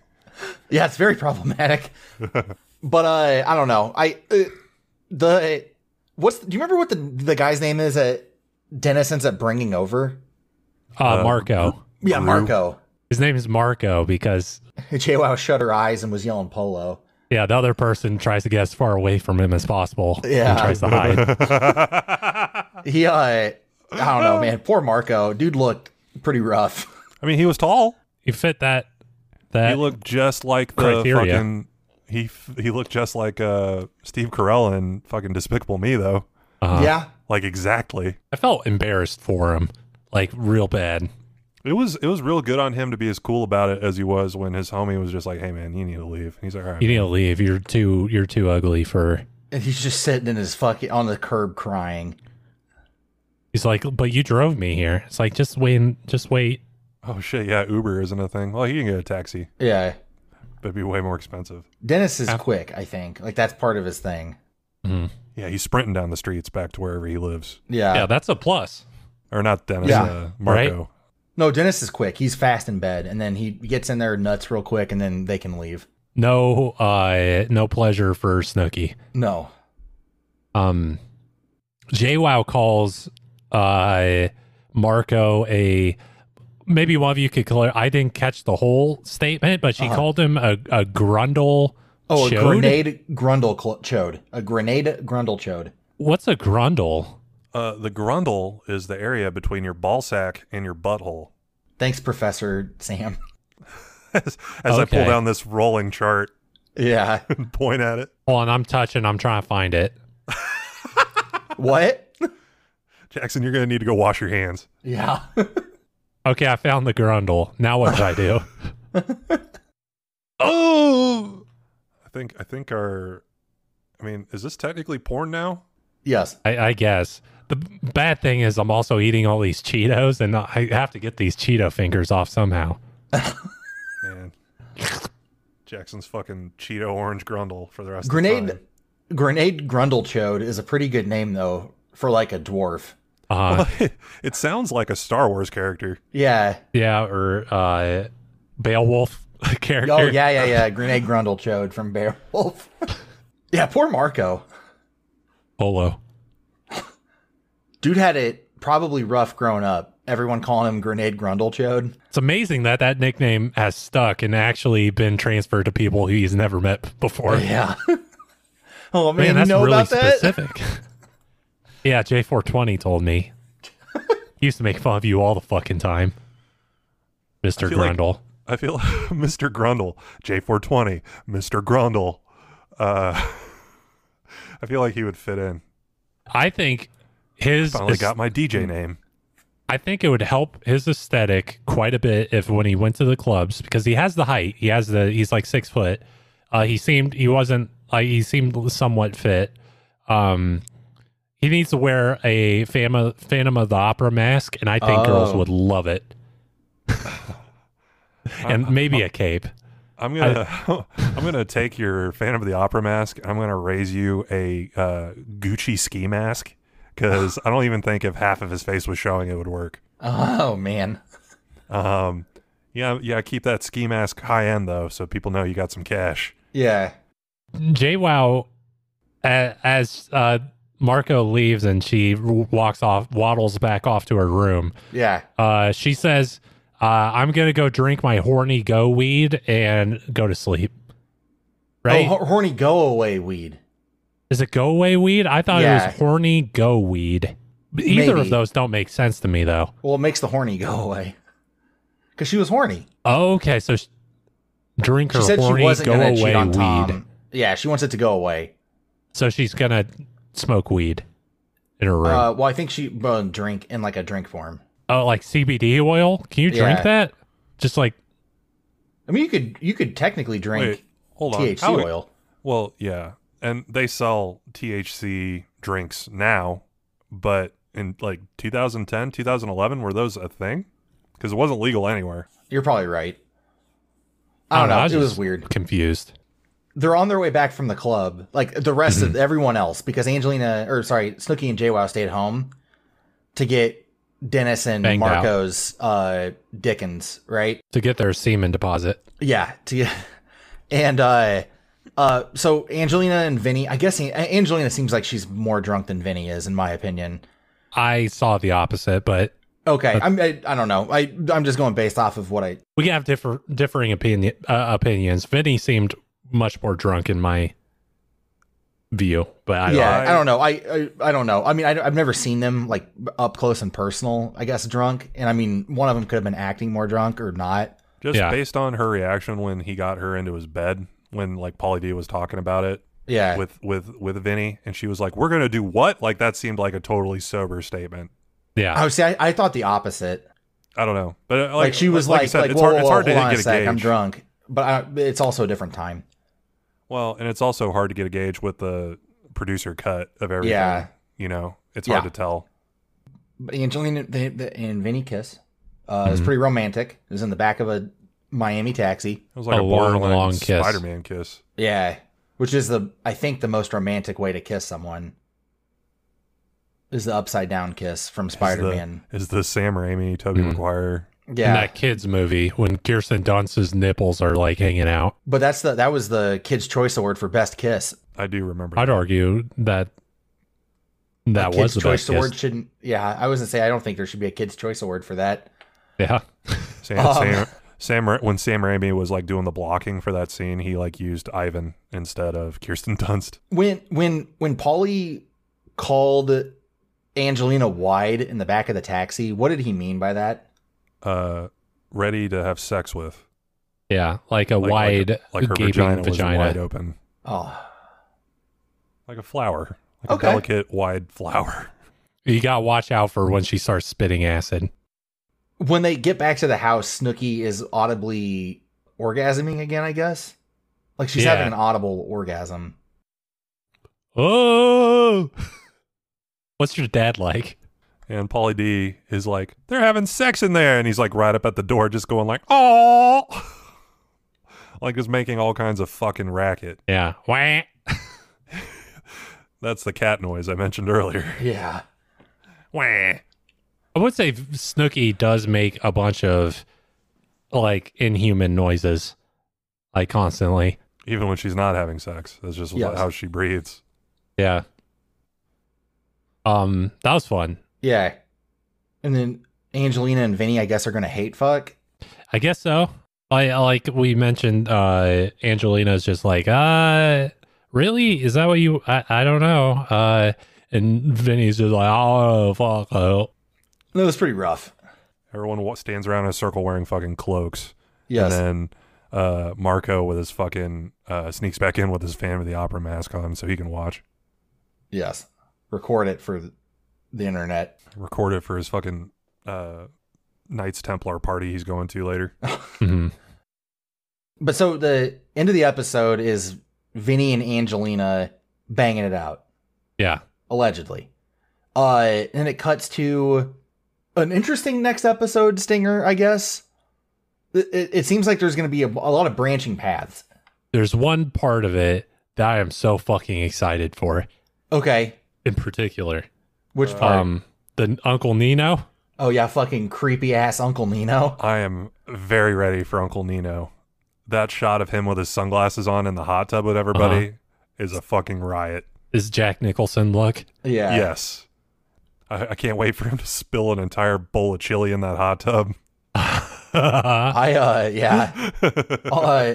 Yeah, it's very problematic. but uh, I don't know. I uh, the what's do you remember what the the guy's name is that Dennis ends up bringing over?
Uh,
Uh,
Marco.
Yeah,
Brew.
Marco. Marco.
His name is Marco because
JWoww shut her eyes and was yelling polo.
yeah, the other person tries to get as far away from him as possible.
Yeah.
and tries to hide.
I
He uh, I don't know, man. Poor Marco. Dude looked pretty rough.
mean, he was tall.
you fit that that
He looked just like the
Criteria.
fucking. He f- he looked just like uh, Steve Carell in fucking Despicable Me though. Uh-huh.
uh,
yeah.
Like exactly.
I felt embarrassed for him, like real bad.
It was it was real good on him to be as cool about it as he was when his homie was just like, "Hey man, you need to leave." And he's like, "All right."
You need to leave. You're too you're too ugly for
And he's just sitting in his fucking on the curb crying.
he's like, but you drove me here. It's like just wait and- just wait.
Oh shit, yeah, Uber isn't a thing. Well, he can get a taxi,
Yeah.
but it'd be way more expensive.
Dennis is quick, I think. Like that's part of his thing.
Yeah, he's sprinting down the streets back to wherever he lives.
Yeah.
yeah, that's a plus.
Or not Dennis,
Yeah.
uh, Marco.
Right?
No, Dennis is quick. He's fast in bed, and then he gets in there nuts real quick, and then they can leave.
No uh no pleasure for Snooky.
No.
Um JWoww calls uh Marco a maybe one of you could clear I didn't catch the whole statement, but she
Uh-huh.
called him a, a grundle.
Oh, a
chode?
grenade grundle cl- chode. A grenade grundle chode.
What's a grundle?
Uh, the grundle is the area between your ball sack and your butthole.
Thanks, Professor Sam.
As, as I pull
Okay.
down this rolling chart
Yeah.
and point at it,
Hold on, I'm touching, I'm trying to find it.
what?
Jackson, you're going to need to go wash your hands.
Yeah.
Okay, I found the grundle. Now what should I do?
Oh, I think I think our. I mean, is this technically porn now?
yes.
I, I guess. The b- bad thing is I'm also eating all these Cheetos and I have to get these Cheeto fingers off somehow.
Man, Jackson's fucking Cheeto orange grundle for the rest of the
Grenade
time.
grenade grundle chode is a pretty good name though for like a dwarf.
Uh,
it sounds like a Star Wars character.
Yeah.
yeah, or uh, Beowulf character.
Oh yeah, yeah, yeah. Grenade grundle chode from Beowulf. yeah. Poor Marco.
Polo.
Dude had it probably rough growing up. Everyone calling him grenade grundle chode.
It's amazing that that nickname has stuck and actually been transferred to people who he's never met before.
Yeah. oh man,
Man,
you
that's
know
really
about that?
specific. yeah, J420 told me. He used to make fun of you all the fucking time, Mr.
feel like-
Grundle.
I feel Mr. Grundle, J420, Mr. Grundle. Uh, I feel like he would fit in.
I think his
Finally got my DJ name.
I think it would help his aesthetic quite a bit if when he went to the clubs because he has the height, he has the he's like six foot. Uh, he seemed he wasn't uh, he seemed somewhat fit. Um, he needs to wear a Phantom, Phantom of the Opera mask, and I think girls
Oh.
would love it. and maybe a cape.
I'm gonna I'm gonna take your Phantom of the Opera mask. and I'm gonna raise you a uh, Gucci ski mask because I don't even think if half of his face was showing, it would work.
Oh man.
Um, yeah, yeah. Keep that ski mask high end though, so people know you got some cash.
Yeah.
JWoww, a- as uh, Marco leaves and she w- walks off, waddles back off to her room.
Yeah. Oh,
Uh, she says, uh, "I'm gonna go drink my horny go weed and go to sleep." Right?
Oh, hor- horny go away weed.
Is it go away weed? I thought it
Yeah.
was horny go weed. Either
Maybe.
of those don't make sense to me though.
Well, it makes the horny go away. Because she was horny.
Okay, so sh- drink
She
her
said she
horny
wasn't
go
going to
away
cheat on
weed.
Tom. Yeah, she wants it to go away.
So she's gonna smoke weed in her room.
Uh, well, I think she uh, drink in like a drink form.
oh, like CBD oil? Can you drink
Yeah.
that? Just like
I mean, you could you could technically drink
Wait, hold on.
THC
How-
oil.
Well, yeah, and they sell THC drinks now, but in like 2010, 2011, were those a thing? Because it wasn't legal anywhere.
You're probably right. I don't know.
Oh, I
it was
just
weird.
Confused.
They're on their way back from the club, like the rest
Mm-hmm.
of everyone else, because Angelina or sorry, Snooky and JWoww stayed home to get Dennis and
Banged out.
Marco's uh, Dickens, right?
To get their semen deposit.
Yeah, to get, and uh, uh, so Angelina and Vinny. I guess A- Angelina seems like she's more drunk than Vinny is, in my opinion.
I saw the opposite, but
Okay, I'm, I, I don't know. I I'm just going based off of what I.
we have differ, differing opinion uh, opinions. Vinny seemed much more drunk in my view, but I
yeah,
don't
I, don't know. I, I I don't know. I mean, I, have never seen them like up close and personal. I guess drunk, and I mean, one of them could have been acting more drunk or not.
Just
Yeah.
based on her reaction when he got her into his bed when like Polly D was talking about it
Yeah,
with with with Vinny and she was like, "We're going to do what?" Like that seemed like a totally sober statement.
yeah.
I would say I, I thought the opposite.
I don't know. But uh, like,
Like, she was
like,
like,
you said,
like,
it's
whoa,
hard it's
whoa,
hard to
hold on
get
a
a
sec,
gauge.
I'm drunk, but I, it's also a different time.
Well, and it's also hard to get a gauge with the producer cut of everything.
Yeah.
You know, it's
Yeah.
hard to tell.
But Angelina they, they, and Vinny kiss. Uh,
Mm-hmm.
It was pretty romantic. It was in the back of a Miami taxi.
It was like
A
a,
long,
borderline
long kiss.
Spider-Man kiss.
Yeah, which is the I think the most romantic way to kiss someone is the upside down kiss from
Is
Spider
the-
Man.
Is the Sam Raimi,
Mm-hmm.
Toby McGuire.
In
Yeah,
that kids movie when Kirsten Dunst's nipples are like hanging out.
but that's the that was the Kids Choice Award for best kiss.
I do remember.
I'd argue that that
Kids
was the
Choice
best kiss.
Award shouldn't. Yeah, I wasn't say I don't think there should be a Kids Choice Award for that.
Yeah.
Sam,
Um.
Sam, Sam, Ra- when Sam Raimi was like doing the blocking for that scene, he like used Ivan instead of Kirsten Dunst.
when when when Polly called Angelina wide in the back of the taxi, what did he mean by that?
Uh, ready to have sex with.
Yeah. Like a
Like- like a-
wide
like her
gaping
vagina,
vagina.
was wide open,
Oh,
like a flower, like
Okay.
a delicate wide flower.
You got to watch out for when she starts spitting acid.
when they get back to the house, Snooky is audibly orgasming again. I guess like she's
Yeah.
having an audible orgasm.
Oh. What's your dad like?
And Polly D is like, they're having sex in there, and he's like right up at the door, just going like, oh, like is making all kinds of fucking racket.
Yeah. Wah.
That's the cat noise I mentioned earlier.
Yeah,
Wah.
I would say Snooky does make a bunch of like inhuman noises, like constantly.
Even when she's not having sex, that's just
Yes.
how she breathes.
Yeah. Um, that was fun.
yeah. And then Angelina and Vinny, I guess, are gonna hate fuck.
I guess so. I I like we mentioned. Uh, Angelina's just like, uh, really? Is that what you? I, I don't know. Uh, and Vinny's just like, oh fuck. Oh.
That was pretty rough.
Everyone wa- stands around in a circle wearing fucking cloaks.
Yes.
And then uh, Marco with his fucking uh, sneaks back in with his fan with the opera mask on so he can watch,
Yes. Record it for the internet.
record it for his fucking
mm-hmm.
uh, Knights Templar party he's going to later.
Mhm.
But so the end of the episode is Vinny and Angelina banging it out,
Yeah.
allegedly. Uh, and it cuts to an interesting next episode stinger, I guess. It, it, it seems like there's going to be a, a lot of branching paths.
There's one part of it that I am so fucking excited for
Okay,
in particular.
which part?
Um, the Uncle Nino.
oh yeah, fucking creepy ass Uncle Nino.
I am very ready for Uncle Nino. That shot of him with his sunglasses on in the hot tub with everybody
Uh-huh.
is a fucking riot.
Is Jack Nicholson look?
Yeah,
yes. I, I can't wait for him to spill an entire bowl of chili in that hot tub.
I uh, yeah. uh,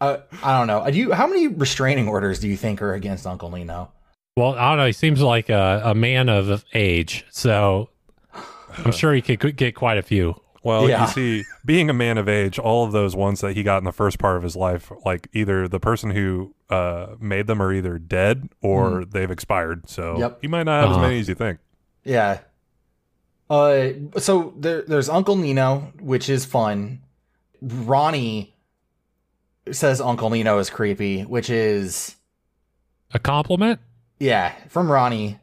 I, I don't know. Do you? How many restraining orders do you think are against Uncle Nino?
Well, I don't know. He seems like a, a man of age, so I'm sure he could get quite a few.
Well,
Yeah.
you see, being a man of age, all of those ones that he got in the first part of his life, like either the person who uh, made them are either dead or they've expired. So
Mm-hmm. Yep.
he might not have
Uh-huh.
as many as you think.
Yeah. Uh, so there, there's Uncle Nino, which is fun. Ronnie says Uncle Nino is creepy, which is
A compliment?
yeah from Ronnie.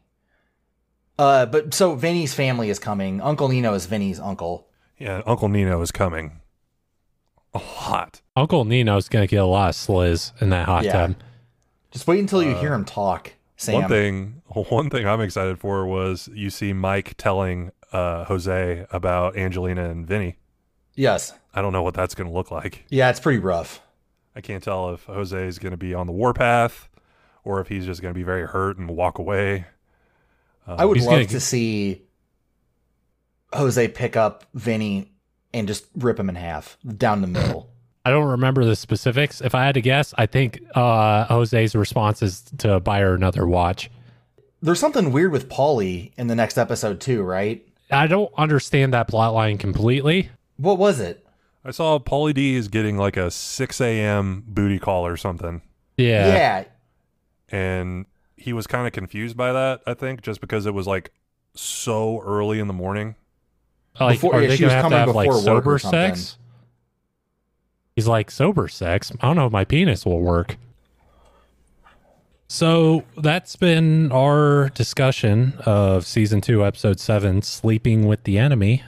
Uh, but so Vinny's family is coming. Uncle Nino is Vinny's uncle.
Yeah, Uncle Nino is coming. A lot.
Uncle Nino's gonna get a lot of sliz in that hot
Yeah.
tub.
Just wait until you hear him talk, Sam.
One thing, one thing I'm excited for was you see Mike telling uh, Jose about Angelina and Vinny.
Yes.
I don't know what that's going to look like.
Yeah, it's pretty rough.
I can't tell if Jose is going to be on the warpath or if he's just going to be very hurt and walk away.
I would
He's
love
gonna
to
get-
see Jose pick up Vinny and just rip him in half down the middle.
I don't remember the specifics. If I had to guess, I think uh, Jose's response is to buy her another watch.
There's something weird with Polly in the next episode too, right?
I don't understand that plot line completely.
What was it?
I saw Paulie D is getting like a 6 a.m. booty call or something.
Yeah.
yeah,
And he was kind of confused by that, I think, just because it was like so early in the morning.
Like,
Before-
are
yeah,
they
she was
gonna have to
coming
have like
before work or
sober
something.
sex? He's like sober sex. I don't know if my penis will work. So that's been our discussion of season two, episode seven, "Sleeping with the Enemy."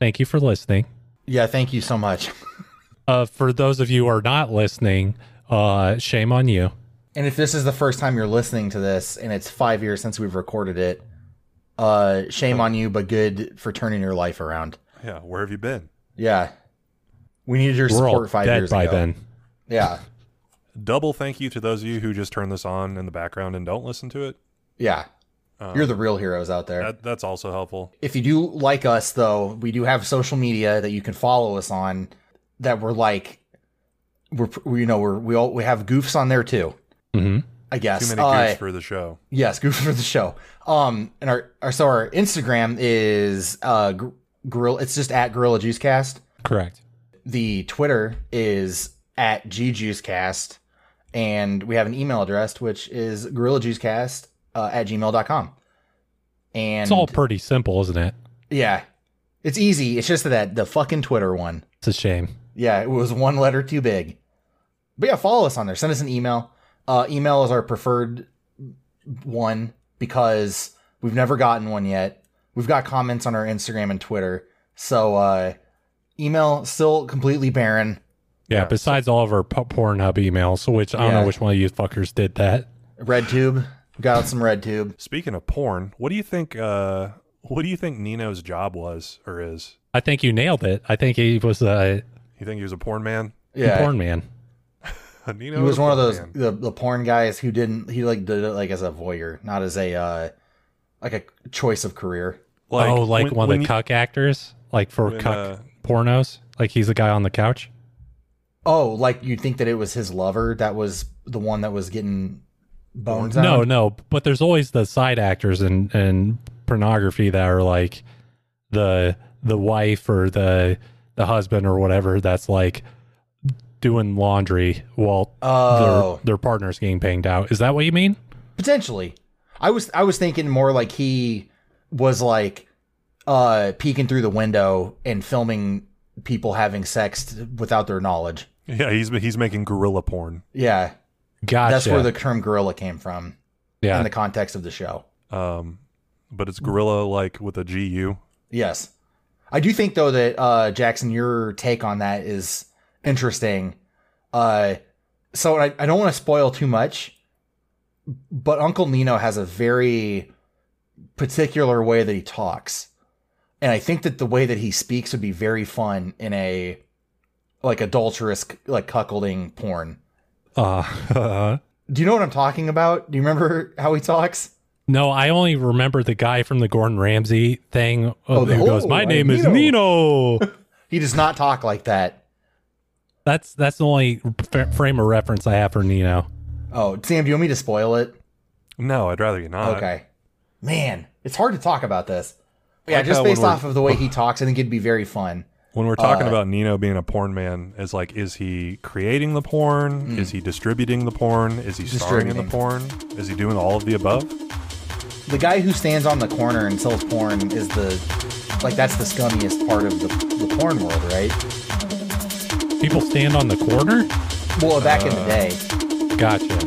Thank you for listening.
yeah. Thank you so much.
Uh, for those of you who are not listening, uh, shame on you.
And if this is the first time you're listening to this, and it's five years since we've recorded it, uh, shame on you, but good for turning your life around.
Yeah, where have you been?
Yeah, we needed your
We're all
support five
dead
years
by
ago.
then.
Yeah,
Double thank you to those of you who just turned this on in the background and don't listen to it.
yeah.
Um,
You're the real heroes out there.
that, that's also helpful.
If you do like us, though, we do have social media that you can follow us on. That we're like, we're we- you know we're we all we have goofs on there too.
hmm
I guess.
Too many
Uh,
goofs for the show.
yes, goofs for the show. Um, and our, our so our Instagram is uh gr- grill. It's just at Gorilla Juice Cast.
Correct.
The Twitter is at gjuicecast, and we have an email address which is gorillajuicecast uh, at gmail.com. And
It's all pretty simple, isn't it?
Yeah. It's easy. It's just that the fucking Twitter one.
It's a shame.
Yeah, it was one letter too big. But yeah, follow us on there. Send us an email. Uh, email is our preferred one because we've never gotten one yet. We've got comments on our Instagram and Twitter. So uh, email still completely barren.
Yeah,
Yeah,
besides all of our po- Pornhub emails, which I don't
Yeah.
know which one of you fuckers did that.
RedTube. We got out some RedTube.
Speaking of porn, what do you think? Uh, what do you think Nino's job was or is?
I think you nailed it. I think he was a
You think he was a porn man?
Yeah.
porn man.
Nino
He was
a
one of
porn
those
man.
the, the porn guys who didn't he like did it like as a voyeur, not as a uh like a choice of career.
oh, like
when-
one of
when
the
you-
cuck actors, like for
when,
cuck
uh,
pornos. Like he's the guy on the couch.
Oh, like you'd think that it was his lover that was the one that was getting bones out?
No, no, but there's always the side actors and and pornography that are like the the wife or the the husband or whatever that's like doing laundry while
Oh.
their their partner's getting banged out. Is that what you mean?
Potentially. I was I was thinking more like he was like uh peeking through the window and filming people having sex t- without their knowledge.
Yeah, he's he's making gorilla porn.
Yeah,
Gotcha.
that's where the term gorilla came from
yeah.
in the context of the show.
Um, but it's gorilla like with a G U.
Yes. I do think though that uh Jackson, your take on that is interesting. Uh so I, I don't want to spoil too much, but Uncle Nino has a very particular way that he talks. And I think that the way that he speaks would be very fun in a like adulterous like cuckolding porn.
uh,
Do you know what I'm talking about? Do you remember how he talks?
no, I only remember the guy from the Gordon Ramsay thing
Oh,
oh,
the-
who goes,
oh,
"My
I-
name is Nino."
Nino." He does not talk like that.
that's that's the only f- frame of reference I have for Nino.
Oh, Sam, do you want me to spoil it?
No, I'd rather you not.
Okay. Man, it's hard to talk about this. Yeah,
Like
just
how when
based
we're-
off of the way he talks, I think it'd be very fun.
When we're talking
Uh,
about Nino being a porn man, is like, is he creating the porn? Is he distributing the porn? Is he starring in the
Hmm. Distributing.
porn? Is he doing all of the above?
The guy who stands on the corner and sells porn is the like that's the scummiest part of the, the porn world, right?
People stand on the corner.
Well, back in the day.
Gotcha.